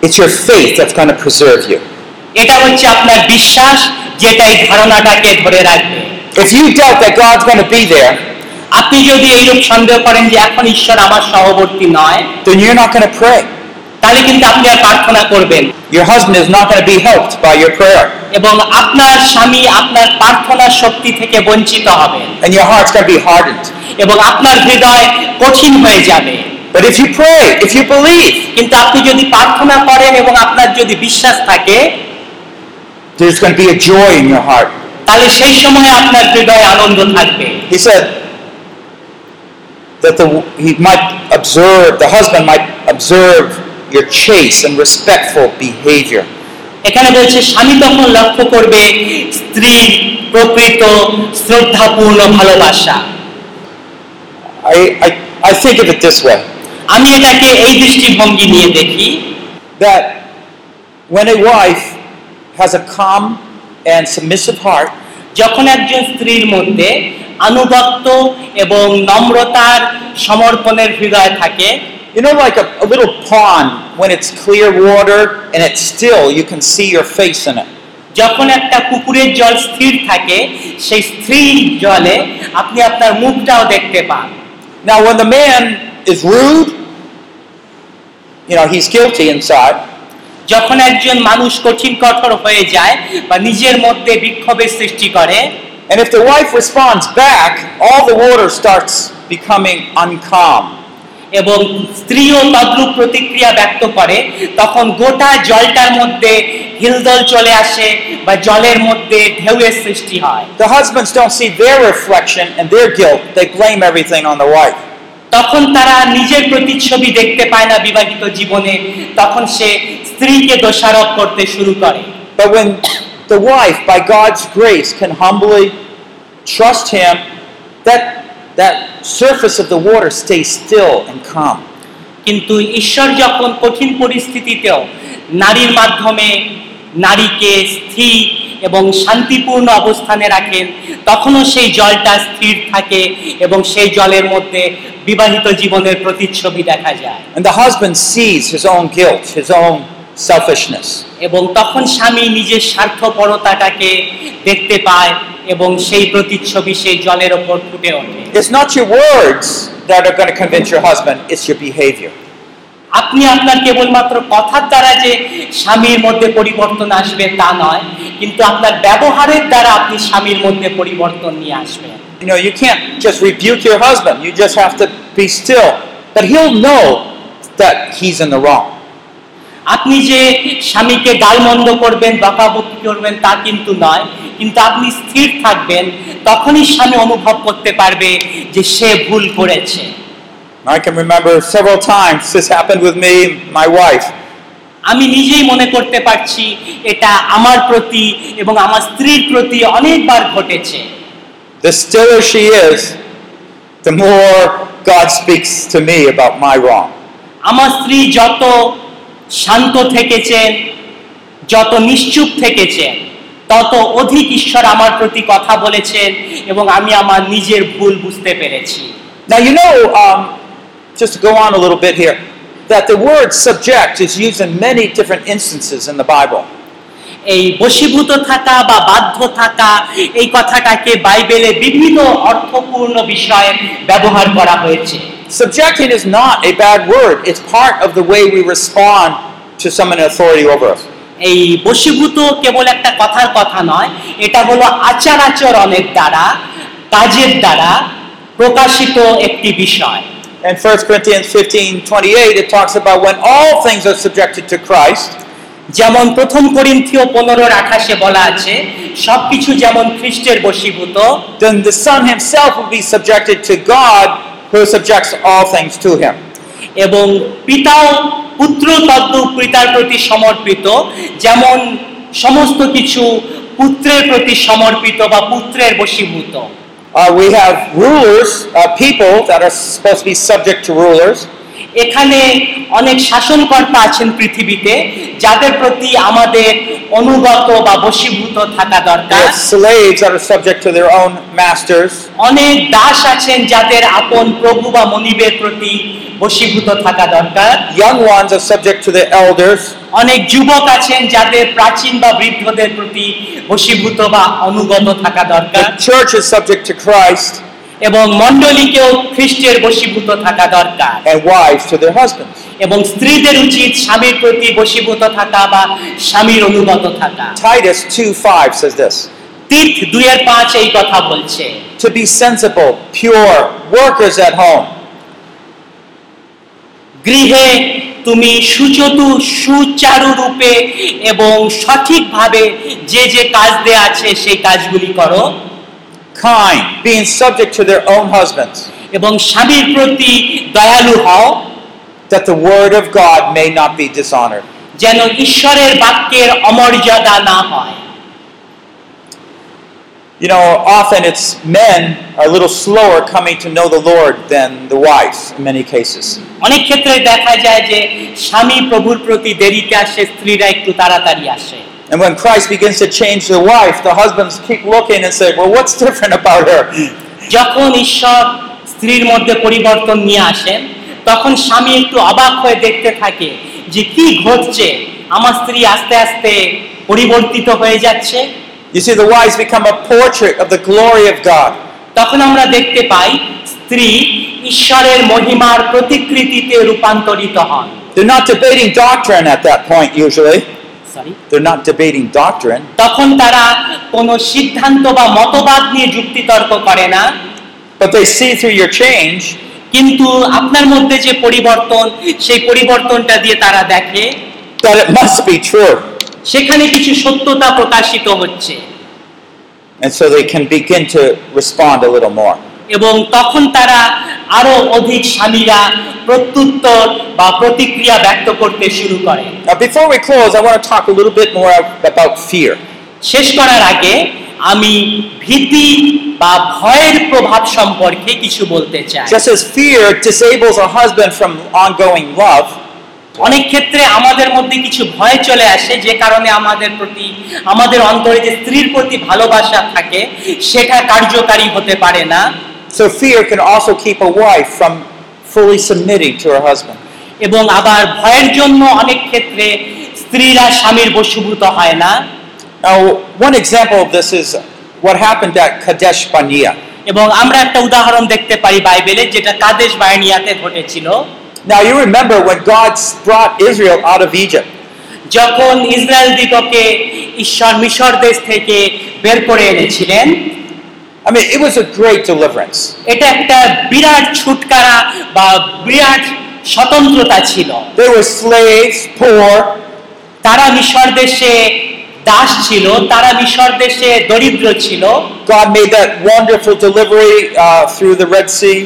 S3: It's your faith that's going to preserve you.
S4: এটা হচ্ছে আপনার বিশ্বাস যেটা এই ধারণাটাকে ধরে রাখবে
S3: If you doubt that God's going to be there,
S4: আপনি যদি এইরূপ সন্দেহ করেন যে এখন ঈশ্বর আমার সহবর্তী নয়
S3: then you're not going to pray.
S4: তাহলে কিন্তু আপনি আর প্রার্থনা করবেন
S3: Your husband is not going to be helped by your prayer,
S4: এবং আপনার স্বামী আপনার প্রার্থনার শক্তি থেকে বঞ্চিত হবেন
S3: and your heart's going to be hardened.
S4: এবং আপনার হৃদয় কঠিন হয়ে যাবে
S3: But if you pray, if you believe,
S4: কিন্তু আপনি যদি প্রার্থনা করেন এবং আপনার যদি বিশ্বাস থাকে
S3: there's going to be a joy in your heart.
S4: তাহলে সেই সময় আপনার হৃদয়ে আনন্দ থাকবে
S3: He said that the, he might observe, the husband might observe your chaste and respectful behavior.
S4: এখানে বলছে স্বামী তখন লক্ষ্য করবে স্ত্রীর প্রকৃত শ্রদ্ধাপূর্ণ ভালোবাসা
S3: I, I, I think of it this way.
S4: আমি এটাকে এই দৃষ্টিভঙ্গি নিয়ে দেখি
S3: that when a wife has a calm and submissive heart,
S4: যখন একজন স্ত্রীর মধ্যে আনুগত্য এবং নম্রতার সমর্পণের হৃদয় থাকে
S3: you know, like a, a little pond, when it's clear water and it's still, you can see your face in it.
S4: যখন একটা পুকুরের জল স্থির থাকে সেই স্থির জলে আপনি আপনার মুখটাও দেখতে পান
S3: Now, when the man is rude, you know, he's guilty inside.
S4: যখন একজন মানুষ কঠিন কঠোর হয়ে যায় বা নিজের মধ্যে বিক্ষোভের সৃষ্টি করে
S3: And if the wife responds back, all the water starts becoming uncalm.
S4: এবং স্ত্রীও তদ্রূপ প্রতিক্রিয়া ব্যক্ত করে তখন গোটা জলটার মধ্যে হিলদল চলে আসে বা জলের মধ্যে ঢেউয়ের সৃষ্টি হয়
S3: The husbands don't see their reflection and their guilt. They blame everything on the wife.
S4: তখন তারা নিজের প্রতিচ্ছবি দেখতে পায় না বিবাহিত জীবনে তখন সে স্ত্রীকে দোষারোপ করতে শুরু করে
S3: But when the wife, by God's grace, can humbly trust Him, that, that surface of the water stays still and calm.
S4: কিন্তু ঈশ্বর যখন কঠিন পরিস্থিতিতেও নারীর মাধ্যমে নারীকে স্থির এবং শান্তিপূর্ণ অবস্থানে রাখেন তখনও সেই জলটা স্থির থাকে এবং সেই জলের মধ্যে বিবাহিত জীবনের প্রতিচ্ছবি দেখা যায়
S3: And the husband sees his own guilt, his own selfishness.
S4: এবং তখন স্বামী নিজের স্বার্থপরতাটাকে দেখতে পায় এবং সেই প্রতিচ্ছবি সেই জলের ওপর ফুটে ওঠে
S3: It's not your words that are going to convince your husband, it's your behavior.
S4: আপনি আপনার কেবলমাত্র কথার দ্বারা যে স্বামীর মধ্যে পরিবর্তন আসবে তা নয় কিন্তু আপনার ব্যবহারের দ্বারা আপনি স্বামীর মধ্যে পরিবর্তন নিয়ে আসবেন
S3: You know, you can't just rebuke your husband, you just have to be still. But he'll know that he's in the wrong.
S4: আপনি যে স্বামীকে গালমন্দ করবেন বকাবকি করবেন তা কিন্তু নয় কিন্তু আপনি স্থির থাকবেন তখনই স্বামী অনুভব করতে পারবে যে সে ভুল করেছে
S3: I can remember several times this happened with me, my wife.
S4: আমি নিজেই মনে করতে পারছি এটা আমার প্রতি এবং আমার স্ত্রীর প্রতি অনেকবার ঘটেছে
S3: The stiller she is, the more God speaks to me about my wrong.
S4: আমার স্ত্রী যত শান্ত থেকেছেন যত নিশ্চুপ থেকেছেন তত অধিক ঈশ্বর আমার প্রতি কথা বলেছেন এবং আমি আমার নিজের ভুল বুঝতে পেরেছি
S3: Now, you know, um, just to go on a little bit here, that the word subject is used in many different instances in the Bible.
S4: এই বশীভূত থাকা বা বাধ্য থাকা এই কথাটাকে বাইবেলে বিভিন্ন অর্থপূর্ণ বিষয়ে ব্যবহার করা হয়েছে
S3: Subjecting is not a bad word, it's part of the way we respond to someone in authority over us.
S4: এই বশীভূত কেবল একটা কথার কথা নয় এটা হলো আচার আচরণের দ্বারা কাজের দ্বারা প্রকাশিত একটি বিষয়
S3: In 1 Corinthians 15 28, it talks about when all things are subjected to Christ,
S4: যেমন প্রথম করিন্থীয় পনেরোর আঠাশে বলা আছে সবকিছু যেমন খ্রিস্টের বশীভূত
S3: then the Son Himself will be subjected to God who subjects all things to Him.
S4: এবং পিতাও পুত্র তত্ত্ব পিতার প্রতি সমর্পিত যেমন সমস্ত কিছু পুত্রের প্রতি সমর্পিত বা পুত্রের বশীভূত
S3: Uh, we have rulers, uh, people that are supposed to be subject to rulers.
S4: এখানে অনেক শাসনকর্তা আছেন পৃথিবীতে যাদের প্রতি আমাদের অনুগত বা বশীভূত থাকা
S3: We
S4: দরকার
S3: have slaves that are subject to their own masters.
S4: অনেক দাস আছেন যাদের আপন প্রভু বা মনিবের প্রতি বশীভূত থাকা দরকার
S3: Young ones are subject to the elders.
S4: অনেক যুবক আছেন যাদের প্রাচীন বা বৃদ্ধদের প্রতি বশীভূত বা অনুগত থাকা দরকার
S3: The church is subject to Christ,
S4: এবং মণ্ডলীকেও খ্রিস্টের বশীভূত থাকা দরকার
S3: and wives to their husbands.
S4: এবং স্ত্রীদের উচিত স্বামীর প্রতি বশীভূত থাকা বা স্বামীর অনুগত থাকা
S3: Titus 2 5 says this
S4: তীর্থ দুয়ের পাঁচ এই কথা বলছে
S3: To be sensible, pure, workers at home,
S4: গৃহে তুমি সুচতু সুচারু রূপে এবং সঠিকভাবে যে যে কাজ দেয়া আছে সেই কাজগুলি করো
S3: kind, being subject to their own husbands,
S4: এবং স্বামীর প্রতি দয়ালু হও
S3: that the word of God may not be dishonored.
S4: যেন ঈশ্বরের বাক্যের অমর্যাদা না হয়
S3: You know, often it's men are a little slower coming to know the Lord than the wives in many cases.
S4: অনেক ক্ষেত্রে দেখা যায় যে স্বামী প্রভুর প্রতি দেরিতে আসে স্ত্রীরা একটু তাড়াতাড়ি আসে
S3: And when Christ begins to change the wife, the husbands keep looking and say, Well, what's different about her?
S4: যখন ঈশ্বর স্ত্রীর মধ্যে পরিবর্তন নিয়ে আসেন তখন স্বামী একটু অবাক হয়ে দেখতে থাকে যে কি ঘটছে আমার স্ত্রী আস্তে আস্তে পরিবর্তিত হয়ে যাচ্ছে
S3: You see, the wives become a portrait of the glory of God.
S4: তখন আমরা দেখতে পাই স্ত্রী ঈশ্বরের মহিমার প্রতিকৃতিতে রূপান্তরিত হন
S3: They're not debating doctrine at that point, usually.
S4: Sorry
S3: They're not debating doctrine.
S4: তখন তারা কোনো সিদ্ধান্ত বা মতবাদ নিয়ে যুক্তিতর্ক করে না
S3: But they see through your change
S4: কিন্তু আপনার মধ্যে যে পরিবর্তন সেই পরিবর্তনটা দিয়ে তারা দেখে
S3: that it must be true.
S4: সেখানে কিছু সত্যতা প্রকাশিত হচ্ছে
S3: And so they can begin to respond a little more.
S4: এবং তখন তারা আরো অধিক স্বামীরা প্রত্যুত্তর বা প্রতিক্রিয়া ব্যক্ত করতে শুরু করে
S3: Now, before we close, I want to talk a little bit more about fear.
S4: শেষ করার আগে আমি ভীতি বা ভয়ের প্রভাব সম্পর্কে কিছু বলতে চাই
S3: Just as fear disables a husband from ongoing love,
S4: অনেক ক্ষেত্রে আমাদের মধ্যে কিছু ভয় চলে আসে যে কারণে আমাদের প্রতি আমাদের অন্তরে যে স্ত্রীর প্রতি ভালোবাসা থাকে সেটা কার্যকারী হতে পারে না
S3: So fear can also keep a wife from fully submitting to her husband.
S4: এবং আবার ভয়ের জন্য অনেক ক্ষেত্রে স্ত্রীরা স্বামীর বশীভূত হয় না
S3: Now, one example of this is what happened at Kadesh Barnea.
S4: এবং আমরা একটা উদাহরণ দেখতে পারি বাইবেলে যেটা কাদেশ বার্নিয়াতে ঘটেছিল
S3: Now, you remember when God brought Israel out of Egypt,
S4: যখন ইসরায়েল দ্বীপকে ঈশ্বর মিশর দেশ থেকে বের করে এনেছিলেন
S3: I mean, it was a great deliverance.
S4: এটা একটা বিরাট ছুটকারা বা বিরাট স্বতন্ত্রতা ছিল
S3: They were slaves, poor,
S4: তারা মিশর দেশে দাস ছিল তারা মিশর দেশে দরিদ্র ছিল
S3: God made that wonderful delivery uh, through the Red Sea.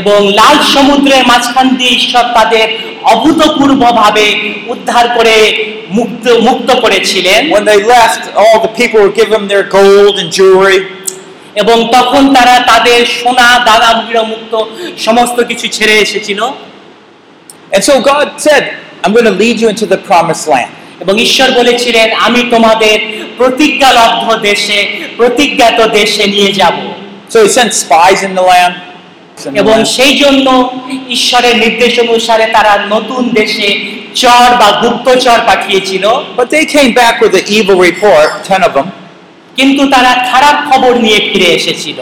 S4: এবং লাল সমুদ্রের মাঝখান দিয়ে ঈশ্বর তাদের অভূতপূর্বভাবে উদ্ধার করে মুক্ত মুক্ত করেছিলেন
S3: When they left, all the people were given their gold and jewelry.
S4: এবং তখন তারা তাদের সোনা দাদা মুক্ত সমস্ত কিছু ছেড়ে এসেছিল
S3: And so God said, I'm going to lead you into the promised land.
S4: এবং ঈশ্বর বলেছিলেন আমি তোমাদের প্রতিজ্ঞালব্ধ দেশে প্রতিজ্ঞাত দেশে নিয়ে যাব
S3: So he sent spies in the land. In the
S4: এবং
S3: land.
S4: সেই জন্য ঈশ্বরের নির্দেশ অনুসারে তারা নতুন দেশে চর বা গুপ্তচর পাঠিয়েছিল
S3: But they came back with an evil report, 10 of them,
S4: কিন্তু তারা খারাপ খবর নিয়ে ফিরে এসেছিল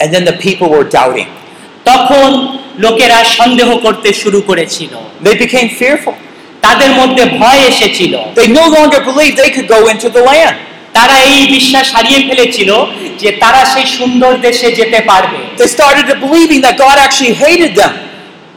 S3: and then the people were doubting.
S4: তখন লোকেরা সন্দেহ করতে শুরু করেছিল
S3: They became fearful.
S4: তাদের মধ্যে ভয় এসেছিল
S3: They no longer believed they could go into the land.
S4: তারা এই বিশ্বাস হারিয়ে ফেলেছিল যে তারা সেই সুন্দর দেশে যেতে পারবে
S3: They started to believing that God actually hated them.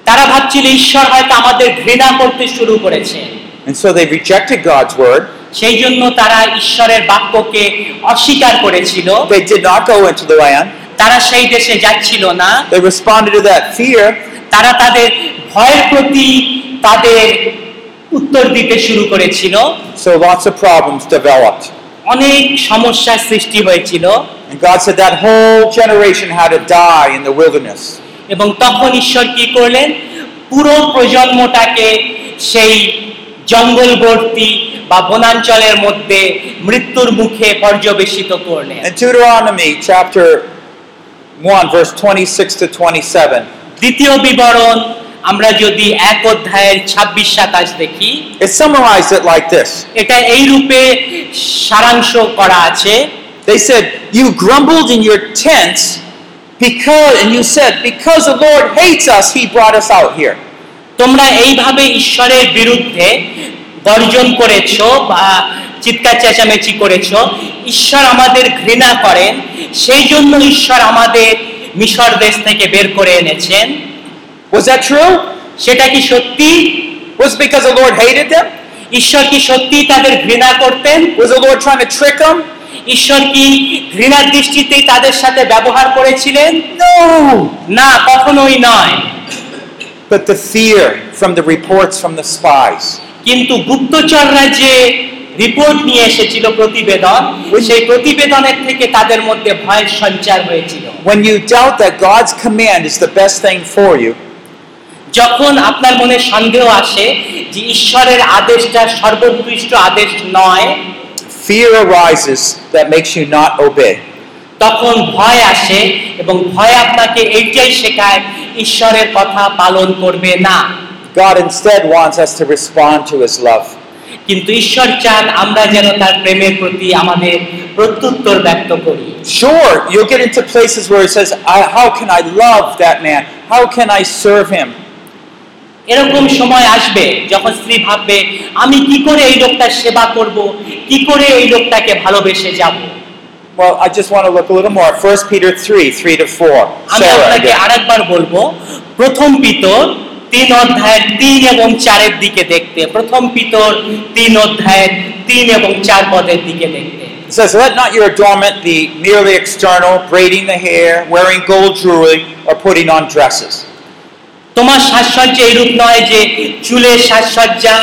S4: তারা ভাবছিল ঈশ্বর হয়তো আমাদের ঘৃণা করতে শুরু করেছে
S3: And so they rejected God's word.
S4: সেই জন্য তারা ঈশ্বরের বাক্যকে অস্বীকার করেছিল
S3: They did not go into the land.
S4: তারা সেই দেশে যাচ্ছিল না
S3: They responded to that fear
S4: তারা তাদের ভয়ের প্রতি তাদের উত্তর দিতে শুরু করেছিল
S3: So lots of problems developed.
S4: অনেক সমস্যার সৃষ্টি হয়েছিল
S3: And God said that whole generation had to die in the wilderness.
S4: এবং তখন ঈশ্বর কি করলেন পুরো প্রজন্মটাকে সেই জঙ্গলবর্তী বা বনাঞ্চলের মধ্যে মৃত্যুর মুখে পর্যবেসিত করলেন
S3: In Deuteronomy chapter 1, verse 26 to 27,
S4: দ্বিতীয় বিবরণ আমরা যদি এক অধ্যায়ের ছাব্বিশ সাতাশ দেখি
S3: it summarized it like this
S4: এটা এই রূপে সারাংশ করা আছে
S3: They said, You grumbled in your tents because, and you said, Because the Lord hates us, he brought us out here.
S4: তোমরা এইভাবে ঈশ্বরের বিরুদ্ধে গর্জন করেছো বা চিৎকার চেঁচামেচি করেছো ঈশ্বর আমাদের ঘৃণা করেন সেই জন্য ঈশ্বর আমাদের মিশর দেশ থেকে বের করে এনেছেন
S3: Was that true?
S4: সেটা কি সত্যি
S3: Was it because the Lord hated them?
S4: ঈশ্বর কি সত্যি তাদের ঘৃণা করতেন
S3: Was the Lord trying to trick them?
S4: ঈশ্বর কি ঘৃণার দৃষ্টিতেই তাদের সাথে ব্যবহার করেছিলেন
S3: No!
S4: না কখনোই নয়
S3: But the fear from the reports from the spies.
S4: কিন্তু গুপ্তচররা যে রিপোর্ট নিয়ে এসেছিল প্রতিবেদন সেই প্রতিবেদনের থেকে তাদের মধ্যে ভয়ের সঞ্চার হয়েছিল
S3: When you doubt that God's command is the best thing for you,
S4: যখন আপনার মনে সন্দেহ আসে যে ঈশ্বরের আদেশটা সর্বোৎকৃষ্ট আদেশ নয়
S3: fear arises that makes you not obey.
S4: তখন ভয় আসে এবং ভয় আপনাকে এইটাই শেখায় ঈশ্বরের কথা পালন করবে না
S3: God instead wants us to respond to his love.
S4: কিন্তু ঈশ্বর চান আমরা যেন তার প্রেমের প্রতি আমাদের প্রত্যুত্তর ব্যক্ত করি
S3: Sure, you'll get into places where it says, I, How can I love that man? How can I serve him?
S4: এরকম সময় আসবে যখন স্ত্রী ভাববে আমি কি করে এই লোকটার সেবা করব কি করে এই লোকটাকে ভালোবেসে যাব
S3: Well, I just want to look a little more. 1 Peter 3 3 to 4.
S4: আমি
S3: Sarah
S4: আপনাকে
S3: again.
S4: আরেকবার বলবো প্রথম পিতর তিন অধ্যায়ের তিন এবং চারের দিকে দেখতে প্রথম পিতর তিন অধ্যায়ের তিন এবং চার পদের দিকে দেখতে
S3: It says, Let not your adornment be merely external, braiding the hair, wearing gold jewelry, or putting on dresses.
S4: তোমার সাজসজ্জা এরূপ নয় যে চুলের সাজসজ্জা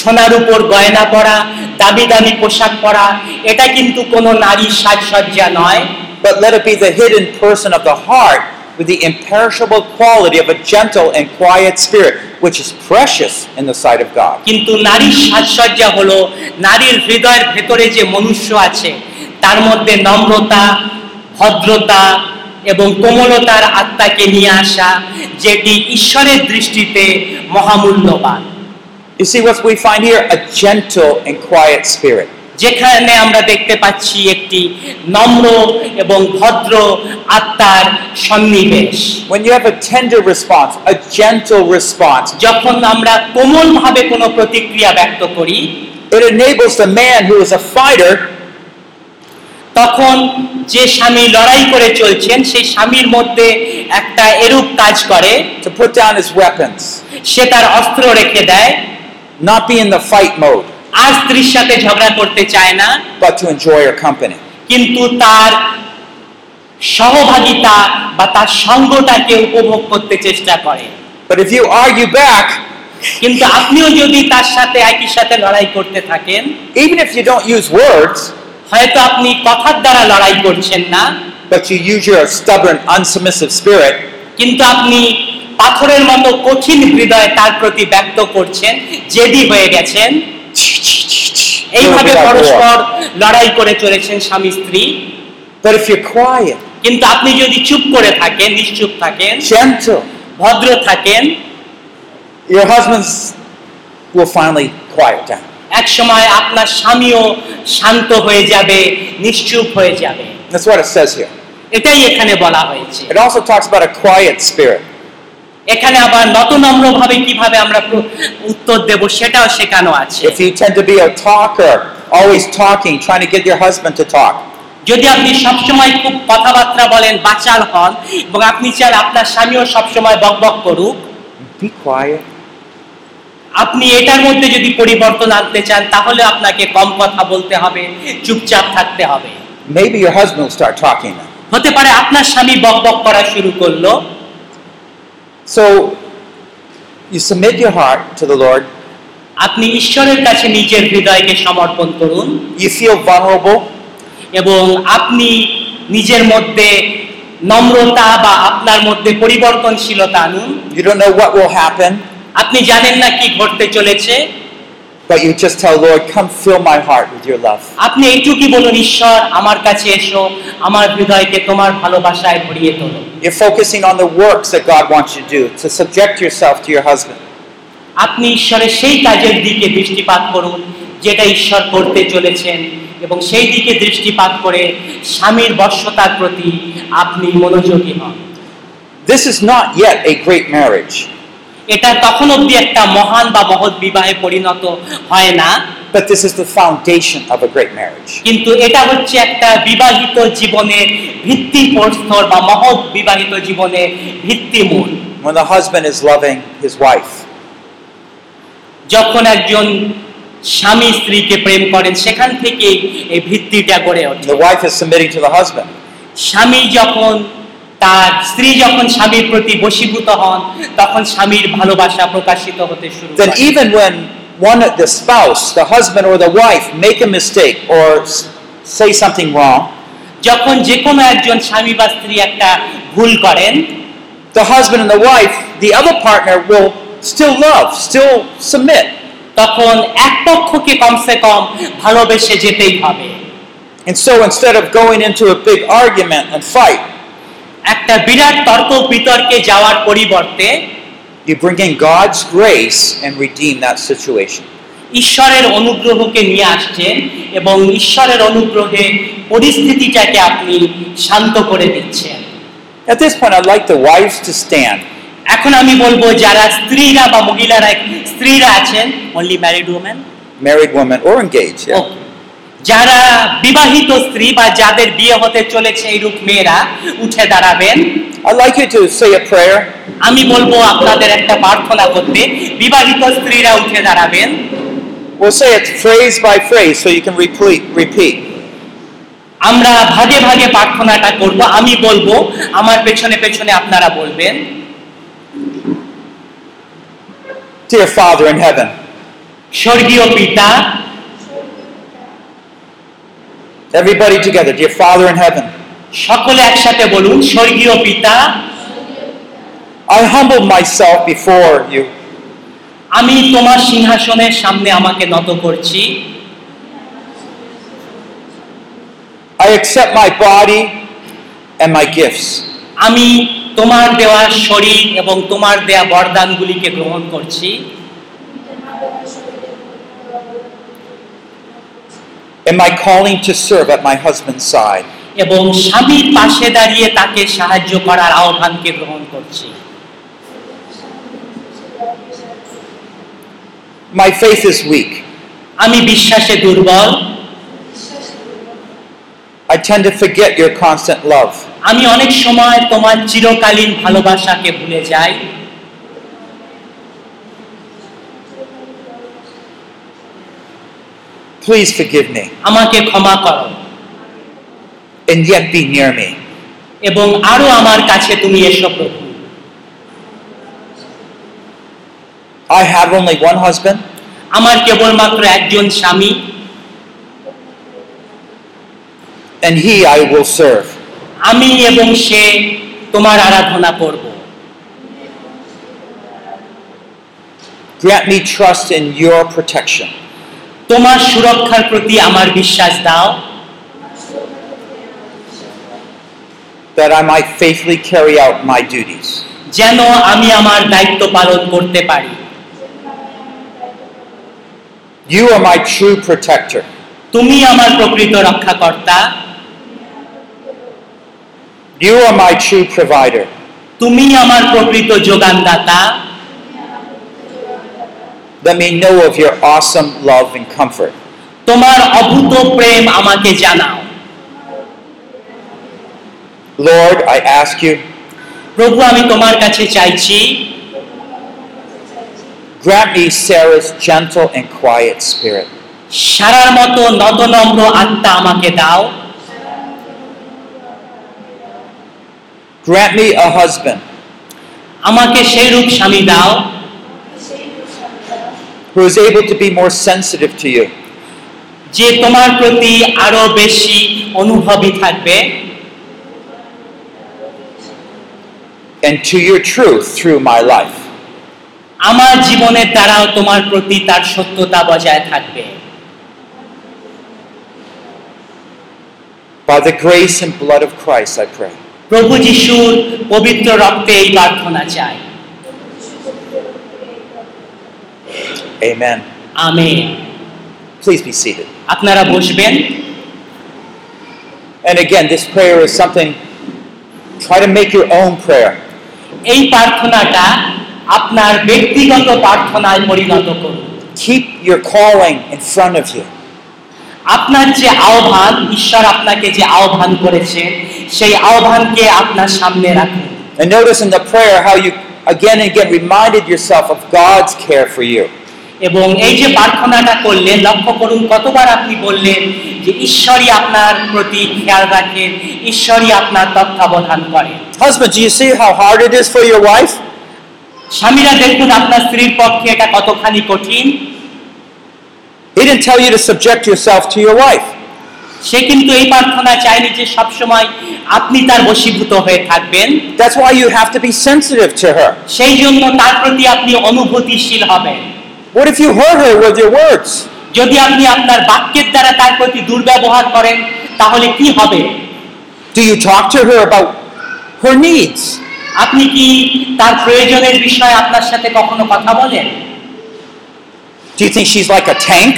S4: সোনার উপর গয়না পরা দামি দামি পোশাক পরা এটা কিন্তু কোনো নারীর সাজসজ্জা নয়
S3: But let it be the hidden person of the heart, with the imperishable quality of a gentle and quiet spirit, which is precious in the sight of God.
S4: কিন্তু নারীর সাজসজ্জা হলো নারীর হৃদয়ের ভেতরে যে মনুষ্য আছে তার মধ্যে নম্রতা ভদ্রতা এবং কোমলতার আত্মাকে নিয়ে আসা যেটি ঈশ্বরের দৃষ্টিতে মহামূল্যবান
S3: You see what we find here? A gentle and quiet spirit.
S4: যেখানে আমরা দেখতে পাচ্ছি একটি নম্র এবং ভদ্র আত্মার সন্নিবেশ
S3: When you have a tender response, a gentle response,
S4: যখন আমরা কোমলভাবে কোনো প্রতিক্রিয়া ব্যক্ত করি
S3: it enables the man who is a fighter
S4: তখন যে স্বামী লড়াই করে চলছেন সেই স্বামীর মধ্যে একটা এরূপ কাজ করে
S3: to put down his weapons,
S4: সে তার অস্ত্র রেখে দেয়
S3: not be in the fight mode,
S4: আর স্ত্রীর সাথে ঝগড়া করতে চায় না
S3: but to enjoy her company.
S4: কিন্তু তার সহভাগিতা বা তার সঙ্গটাকে উপভোগ করতে চেষ্টা করে
S3: But if you argue back,
S4: কিন্তু আপনিও যদি তার সাথে একই সাথে লড়াই করতে থাকেন
S3: even if you don't use words,
S4: হয়তো আপনি কথার দ্বারা লড়াই করছেন না
S3: but you use your stubborn, unsubmissive spirit,
S4: কিন্তু আপনি পাথরের মতো কঠিন হৃদয় তার প্রতি ব্যক্ত করছেন জেদি হয়ে গেছেন
S3: you'll
S4: এইভাবে
S3: be at war.
S4: পরস্পর লড়াই করে চলেছেন স্বামী স্ত্রী
S3: But if you're quiet,
S4: কিন্তু আপনি যদি চুপ করে থাকেন নিশ্চুপ থাকেন
S3: gentle,
S4: ভদ্র থাকেন
S3: your husbands will finally quiet down.
S4: এক সময় আপনার স্বামীও শান্ত হয়ে যাবে নিশ্চুপ হয়ে যাবে
S3: That's what it says here.
S4: এটাই এখানে বলা হয়েছে
S3: It also talks about a quiet spirit.
S4: এখানে আবার নত নম্রভাবে কিভাবে আমরা প্র- উত্তর দেব সেটাও শেখানো আছে
S3: If you tend to be a talker, always talking, trying to get your husband to talk,
S4: যদি আপনি সবসময় খুব কথাবার্তা বলেন বাচাল হন এবং আপনি চান আপনার স্বামীও সবসময় বকবক করুক
S3: be quiet.
S4: আপনি এটার মধ্যে যদি পরিবর্তন আনতে চান তাহলে আপনাকে কম কথা বলতে হবে চুপচাপ থাকতে হবে
S3: Maybe your husband will start talking then.
S4: হতে পারে আপনার স্বামী বকবক করা শুরু করলো
S3: So you submit your heart to the Lord.
S4: আপনি ঈশ্বরের কাছে নিজের হৃদয়কে সমর্পণ করুন
S3: You feel vulnerable.
S4: এবং আপনি নিজের মধ্যে নম্রতা বা আপনার মধ্যে পরিবর্তনশীলতা আনুন
S3: You don't know what will happen,
S4: আপনি জানেন না কি ঘটতে চলেছে
S3: but you just tell Lord, "Come fill my heart with your love."
S4: আপনি এইটুকুই বলুন ঈশ্বর আমার কাছে এসো আমার হৃদয়কে তোমার ভালোবাসায় ভরিয়ে তোলো
S3: You're focusing on the works that God wants you to do to subject yourself to your husband.
S4: আপনি ঈশ্বরের সেই কাজের দিকে দৃষ্টিপাত করুন যেটা ঈশ্বর করতে চলেছেন এবং সেই দিকে দৃষ্টিপাত করে স্বামীর বর্ষতার প্রতি আপনি মনোযোগী হন
S3: This is not yet a great marriage,
S4: এটা তখন অবধি একটা মহান বা মহৎ বিবাহে পরিণত হয় না
S3: but this is the foundation of a great marriage.
S4: কিন্তু এটা হচ্ছে একটা বিবাহিত জীবনের ভিত্তি প্রস্তর বা মহৎ বিবাহিত জীবনের ভিত্তিমূল
S3: When the husband is loving his wife,
S4: যখন একজন স্বামী স্ত্রীকে প্রেম করেন সেখান থেকে এই ভিত্তিটা গড়ে
S3: and
S4: ওঠে
S3: the wife is submitting to the husband,
S4: স্বামী যখন তার স্ত্রী যখন স্বামীর প্রতি বশীভূত হন তখন স্বামীর ভালোবাসা প্রকাশিত হতে শুরু
S3: then
S4: করে
S3: even when one of the spouse, the husband or the wife, make a mistake or s- say something wrong,
S4: যখন যে কোনো একজন স্বামী বা স্ত্রী একটা ভুল করেন
S3: the husband and the wife, the other partner will still love, still submit.
S4: তখন এক পক্ষকে কমসে কম ভালোবেসে যেতেই হবে
S3: And so instead of going into a big argument and fight,
S4: একটা বিরাট তর্ক বিতর্কে যাওয়ার পরিবর্তে
S3: you bring in God's grace and redeem that situation.
S4: ঈশ্বরের অনুগ্রহকে নিয়ে আসছেন এবং ঈশ্বরের অনুগ্রহে পরিস্থিতিটাকে আপনি শান্ত করে দিচ্ছেন
S3: At this point, I'd like the wives to stand.
S4: এখন আমি বলবো যারা স্ত্রীরা বা মহিলারা স্ত্রীরা আছেন only married women
S3: married woman or engaged.
S4: Oh.
S3: Yeah.
S4: যারা বিবাহিত স্ত্রী বা যাদের বিয়ে হতে চলেছে এইরূপ মেয়েরা উঠে দাঁড়াবেন
S3: I'd like you to say a prayer.
S4: আমি বলবো আপনাদের একটা প্রার্থনা করতে বিবাহিত স্ত্রীরা উঠে দাঁড়াবেন
S3: We'll say it phrase by phrase so you can repeat. repeat.
S4: আমরা ভাগে ভাগে প্রার্থনাটা করব আমি বলবো আমার পেছনে পেছনে আপনারা বলবেন
S3: Dear Father in heaven,
S4: স্বর্গীয় পিতা
S3: everybody together. Dear Father in heaven,
S4: সকলে একসাথে বলুন স্বর্গীয় পিতা
S3: I humbled myself before you.
S4: আমি তোমার সিংহাসনের সামনে আমাকে নত করছি
S3: I accept my body and my gifts.
S4: আমি তোমার দেওয়া শরীর এবং তোমার দেয়া বরদানগুলিকে গ্রহণ করছি
S3: and my calling to serve at my husband's side.
S4: এবং স্বামীর পাশে দাঁড়িয়ে তাকে সাহায্য করার আহ্বানকে গ্রহণ করছি
S3: My faith is weak.
S4: আমি বিশ্বাসে দুর্বল
S3: I tend to forget your constant love.
S4: আমি অনেক সময় তোমার চিরকালীন ভালোবাসাকে ভুলে যাই
S3: Please forgive me
S4: আমাকে ক্ষমা করো
S3: and yet be near me.
S4: এবং আরো আমার কাছে তুমি এসো প্রভু
S3: I have only one husband,
S4: আমার কেবলমাত্র একজন স্বামী
S3: and he I will serve.
S4: আমি এবং সে তোমার আরাধনা করব
S3: Grant me trust in your protection.
S4: তোমার সুরক্ষার প্রতি আমার বিশ্বাস দাও
S3: That I might faithfully carry out my duties.
S4: যেন আমি আমার দায়িত্ব পালন করতে পারি
S3: You are my true protector.
S4: তুমি আমার প্রকৃত রক্ষাকর্তা
S3: You are my true provider.
S4: তুমি আমার প্রকৃত যোগানদাতা
S3: Let me know of your awesome love and comfort.
S4: তোমার অভূত প্রেম আমাকে জানাও
S3: Lord, I ask you,
S4: প্রভু আমি তোমার কাছে চাইছি
S3: grant me Sarah's gentle and quiet spirit.
S4: সারার মতো নতনম্র আত্মা আমাকে দাও
S3: Grant me a husband
S4: আমাকে সেই রূপ স্বামী দাও
S3: who is able to be more sensitive to you,
S4: যে তোমার প্রতি আরো বেশি অনুভবী থাকবে
S3: and to your truth through my life.
S4: আমার জীবনের দ্বারাও তোমার প্রতি তার সত্যতা বজায় থাকবে
S3: By the grace and blood of Christ, I pray.
S4: প্রভু যিশুর পবিত্র রক্তে এই প্রার্থনা চাই
S3: Amen.
S4: আমি
S3: Please be seated.
S4: আপনারা বসবেন
S3: And again, this prayer is something, try to make your own prayer.
S4: এই প্রার্থনাটা আপনার ব্যক্তিগত প্রার্থনায় পরিণত করুন
S3: Keep your calling in front of you.
S4: আপনার যে আহ্বান ঈশ্বর আপনাকে যে আহ্বান করেছে সেই আহ্বানকে আপনার সামনে রাখুন
S3: And notice in the prayer how you again and again reminded yourself of God's care for you.
S4: এবং এই যে প্রার্থনাটা করলেন লক্ষ্য করুন কতবার আপনি বললেন যে ঈশ্বরই আপনার প্রতি খেয়াল রাখেন ঈশ্বরই আপনার তত্ত্বাবধান করেন
S3: Husbands, do you see how hard it is for your wife?
S4: স্বামীরা দেখুন আপনার স্ত্রীর পক্ষে এটা কতখানি কঠিন
S3: He didn't tell you to subject yourself to your wife.
S4: সে কিন্তু এই প্রার্থনা চায়নি যে সবসময় আপনি তার বশীভূত হয়ে থাকবেন
S3: That's why you have to be sensitive to her.
S4: সেই জন্য তার প্রতি আপনি অনুভূতিশীল হবেন
S3: What if you hurt her with your words?
S4: যদি আপনি আপনার বাক্যের দ্বারা তার প্রতি দুর্ব্যবহার করেন তাহলে কি হবে
S3: Do you talk to her about her needs?
S4: আপনি কি তার প্রয়োজনের বিষয়ে আপনার সাথে কখনো কথা বলেন
S3: Do you think she's like a tank?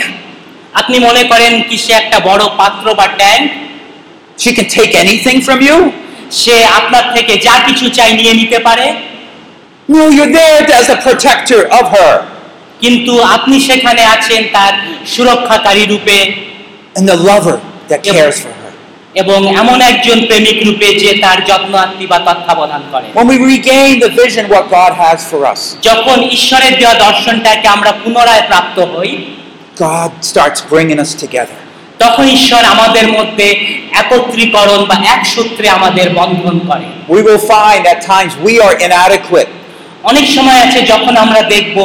S4: আপনি মনে করেন কি সে একটা বড় পাত্র বা tank
S3: She can take anything from you?
S4: সে আপনার থেকে যা কিছু চাই নিয়ে নিতে পারে
S3: No, you're there as a protector of her
S4: কিন্তু আপনি সেখানে আছেন তার সুরক্ষাকারী রূপে
S3: and the lover that
S4: Yep.
S3: cares for her.
S4: এবং এমন একজন প্রেমিক রূপে যে তার যত্ন আত্মি বা তত্ত্বাবধান করে
S3: When we regain the vision what God has for us,
S4: যখন ঈশ্বরের দেওয়া দর্শনটাকে আমরা পুনরায় প্রাপ্ত হই
S3: God starts bringing us together.
S4: তখন ঈশ্বর আমাদের মধ্যে একত্রীকরণ বা এক সূত্রে আমাদের বন্ধন করে
S3: We will find at times we are inadequate.
S4: অনেক সময় আছে যখন আমরা দেখব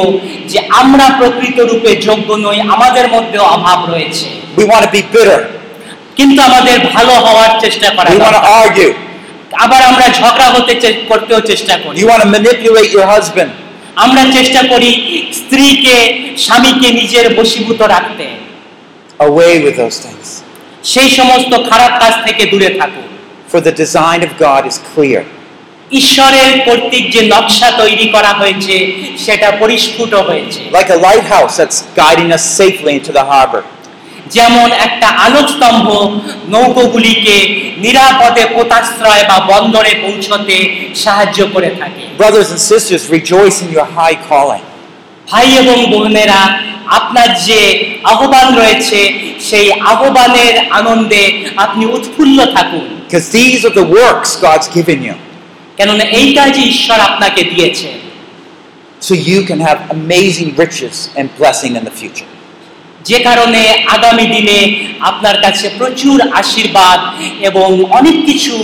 S4: যে আমরা প্রকৃত রূপে যোগ্য নই আমাদের মধ্যেও অভাব রয়েছে
S3: We want to be bitter.
S4: কিন্তু আমাদের ভালো হওয়ার চেষ্টা করা
S3: We want to
S4: দরকার।
S3: argue.
S4: আবার আমরা ঝগড়া হতে চে- করতেও চেষ্টা করি
S3: You want to manipulate your husband.
S4: আমরা চেষ্টা করি স্ত্রীকে স্বামীকে নিজের বশীভূত রাখতে
S3: Away with those things.
S4: সেই সমস্ত খারাপ কাজ থেকে দূরে থাকুন
S3: For the design of God is clear.
S4: ঈশ্বরের কর্তৃক যে নকশা তৈরি করা হয়েছে সেটা পরিস্ফুট হয়েছে
S3: Like a lighthouse that's guiding us safely into the harbor.
S4: যেমন একটা আলোকস্তম্ভ নৌকোগুলিকে নিরাপদে পোতাশ্রয় বা বন্দরে পৌঁছতে সাহায্য করে থাকে
S3: Brothers and sisters, rejoice in your high calling.
S4: ভাই এবং বোনেরা আপনার যে আহ্বান রয়েছে সেই আহ্বানের আনন্দে আপনি উৎফুল্ল থাকুন
S3: Because these are the works God's given you.
S4: কেননা এই কাজই ঈশ্বর আপনাকে দিয়েছে
S3: So you can have amazing riches and blessing in the future.
S4: যে কারণে আগামী দিনে আপনার কাছে প্রচুর আশীর্বাদ এবং অনেক কিছু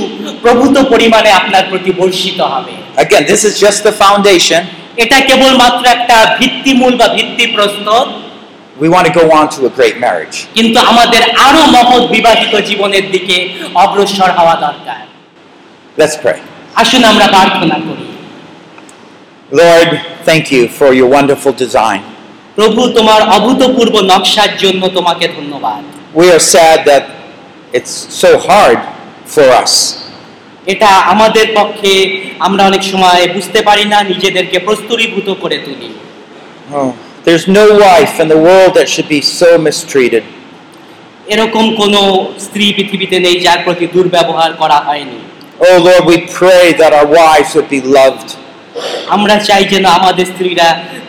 S4: প্রভূত পরিমাণে আপনার প্রতি বর্ষিত হবে
S3: Again, this is just the foundation.
S4: এটা কেবলমাত্র একটা ভিত্তিমূল বা ভিত্তি প্রস্তর
S3: We want to go on to a great marriage.
S4: কিন্তু আমাদের আরো মহৎ বিবাহিত জীবনের দিকে অগ্রসর হওয়া দরকার
S3: Let's pray.
S4: আসুন আমরা প্রার্থনা করি
S3: Lord, thank you for your wonderful design.
S4: প্রভু তোমার অভূতপূর্ব নকশার জন্য তোমাকে ধন্যবাদ
S3: We are sad that it's so hard for us.
S4: এটা আমাদের পক্ষে আমরা অনেক সময় বুঝতে পারি না নিজেদেরকে প্রস্তুরীভূত করে তুলি
S3: Oh, there's no wife in the world that should be so mistreated.
S4: এরকম কোনো স্ত্রী পৃথিবীতে নেই যার প্রতি দুর্ব্যবহার করা হয়নি
S3: Oh Lord, we pray that our wives would be loved.
S4: আমরা চাই যেন আমাদের স্ত্রীরা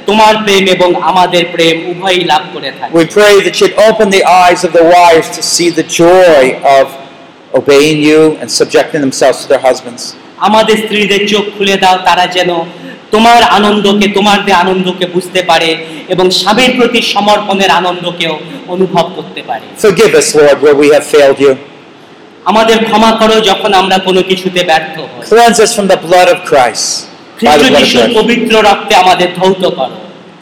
S4: তোমার প্রেম এবং আমাদের প্রেম উভয়ই লাভ করে থাকে
S3: We pray that you'd open the eyes of the wives to see the joy of obeying you and subjecting themselves to their husbands.
S4: আমাদের স্ত্রীদের চোখ খুলে দাও তারা যেন তোমার আনন্দকে তোমার যে আনন্দকে বুঝতে পারে এবং স্বামীর প্রতি সমর্পণের আনন্দকেও অনুভব করতে পারে
S3: Forgive us, Lord, where we have failed you.
S4: আমাদের ক্ষমা করো যখন আমরা কোনো কিছুতে ব্যর্থ হই
S3: Cleanse us from the blood of Christ. By the
S4: Christ
S3: blood of
S4: যিশুর
S3: Christ.
S4: পবিত্র রক্তে আমাদের ধৌত করো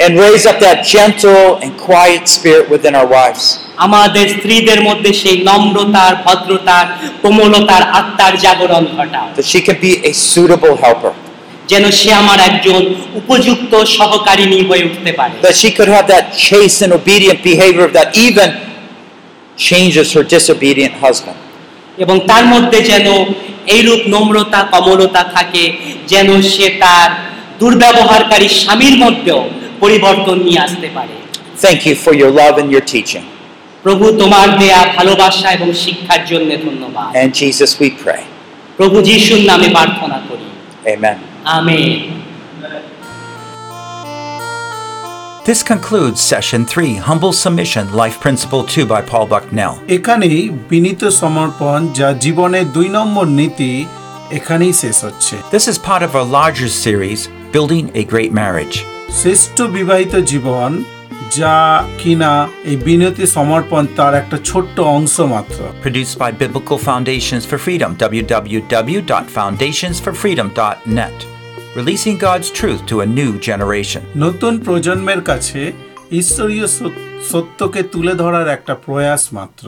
S3: And raise up that gentle and quiet spirit within our wives.
S4: আমাদের স্ত্রীদের মধ্যে সেই নম্রতার ভদ্রতার কোমলতার আত্মার জাগরণ ঘটাও
S3: That she can be a suitable helper.
S4: যেন সে আমার একজন উপযুক্ত সহকারিণী হয়ে উঠতে পারে
S3: That she could have that chaste and obedient behavior that even changes her disobedient husband.
S4: এবং তার মধ্যে যেন এইরূপ নম্রতা কমলতা থাকে যেন সে তার দুর্ব্যবহারকারী স্বামীর মধ্যেও পরিবর্তন নিয়ে আসতে পারে
S3: Thank you for your love and your teaching.
S4: প্রভু তোমার দেয়া ভালোবাসা এবং শিক্ষার জন্য ধন্যবাদ
S3: And Jesus, we pray.
S4: প্রভু যিশুর নামে প্রার্থনা করি
S3: Amen.
S4: Amen
S1: This concludes Session 3 Humble Submission Life Principle 2 by Paul Bucknell.
S2: এখানেই বিনীত সমর্পণ যা জীবনের দুই নম্বর নীতি এখানেই শেষ হচ্ছে
S1: This is part of our larger series, Building a Great Marriage.
S2: শ্রেষ্ঠ বিবাহিত জীবন যা কিনা এই বিনতি সমর্পণ তার একটা ছোট্ট অংশ মাত্র
S1: Produced by Biblical Foundations for Freedom, www.foundationsforfreedom.net. Releasing God's truth to a new generation.
S2: নতুন প্রজন্মের কাছে ঈশ্বরীয় সত- সত্যকে তুলে ধরার একটা প্রয়াস মাত্র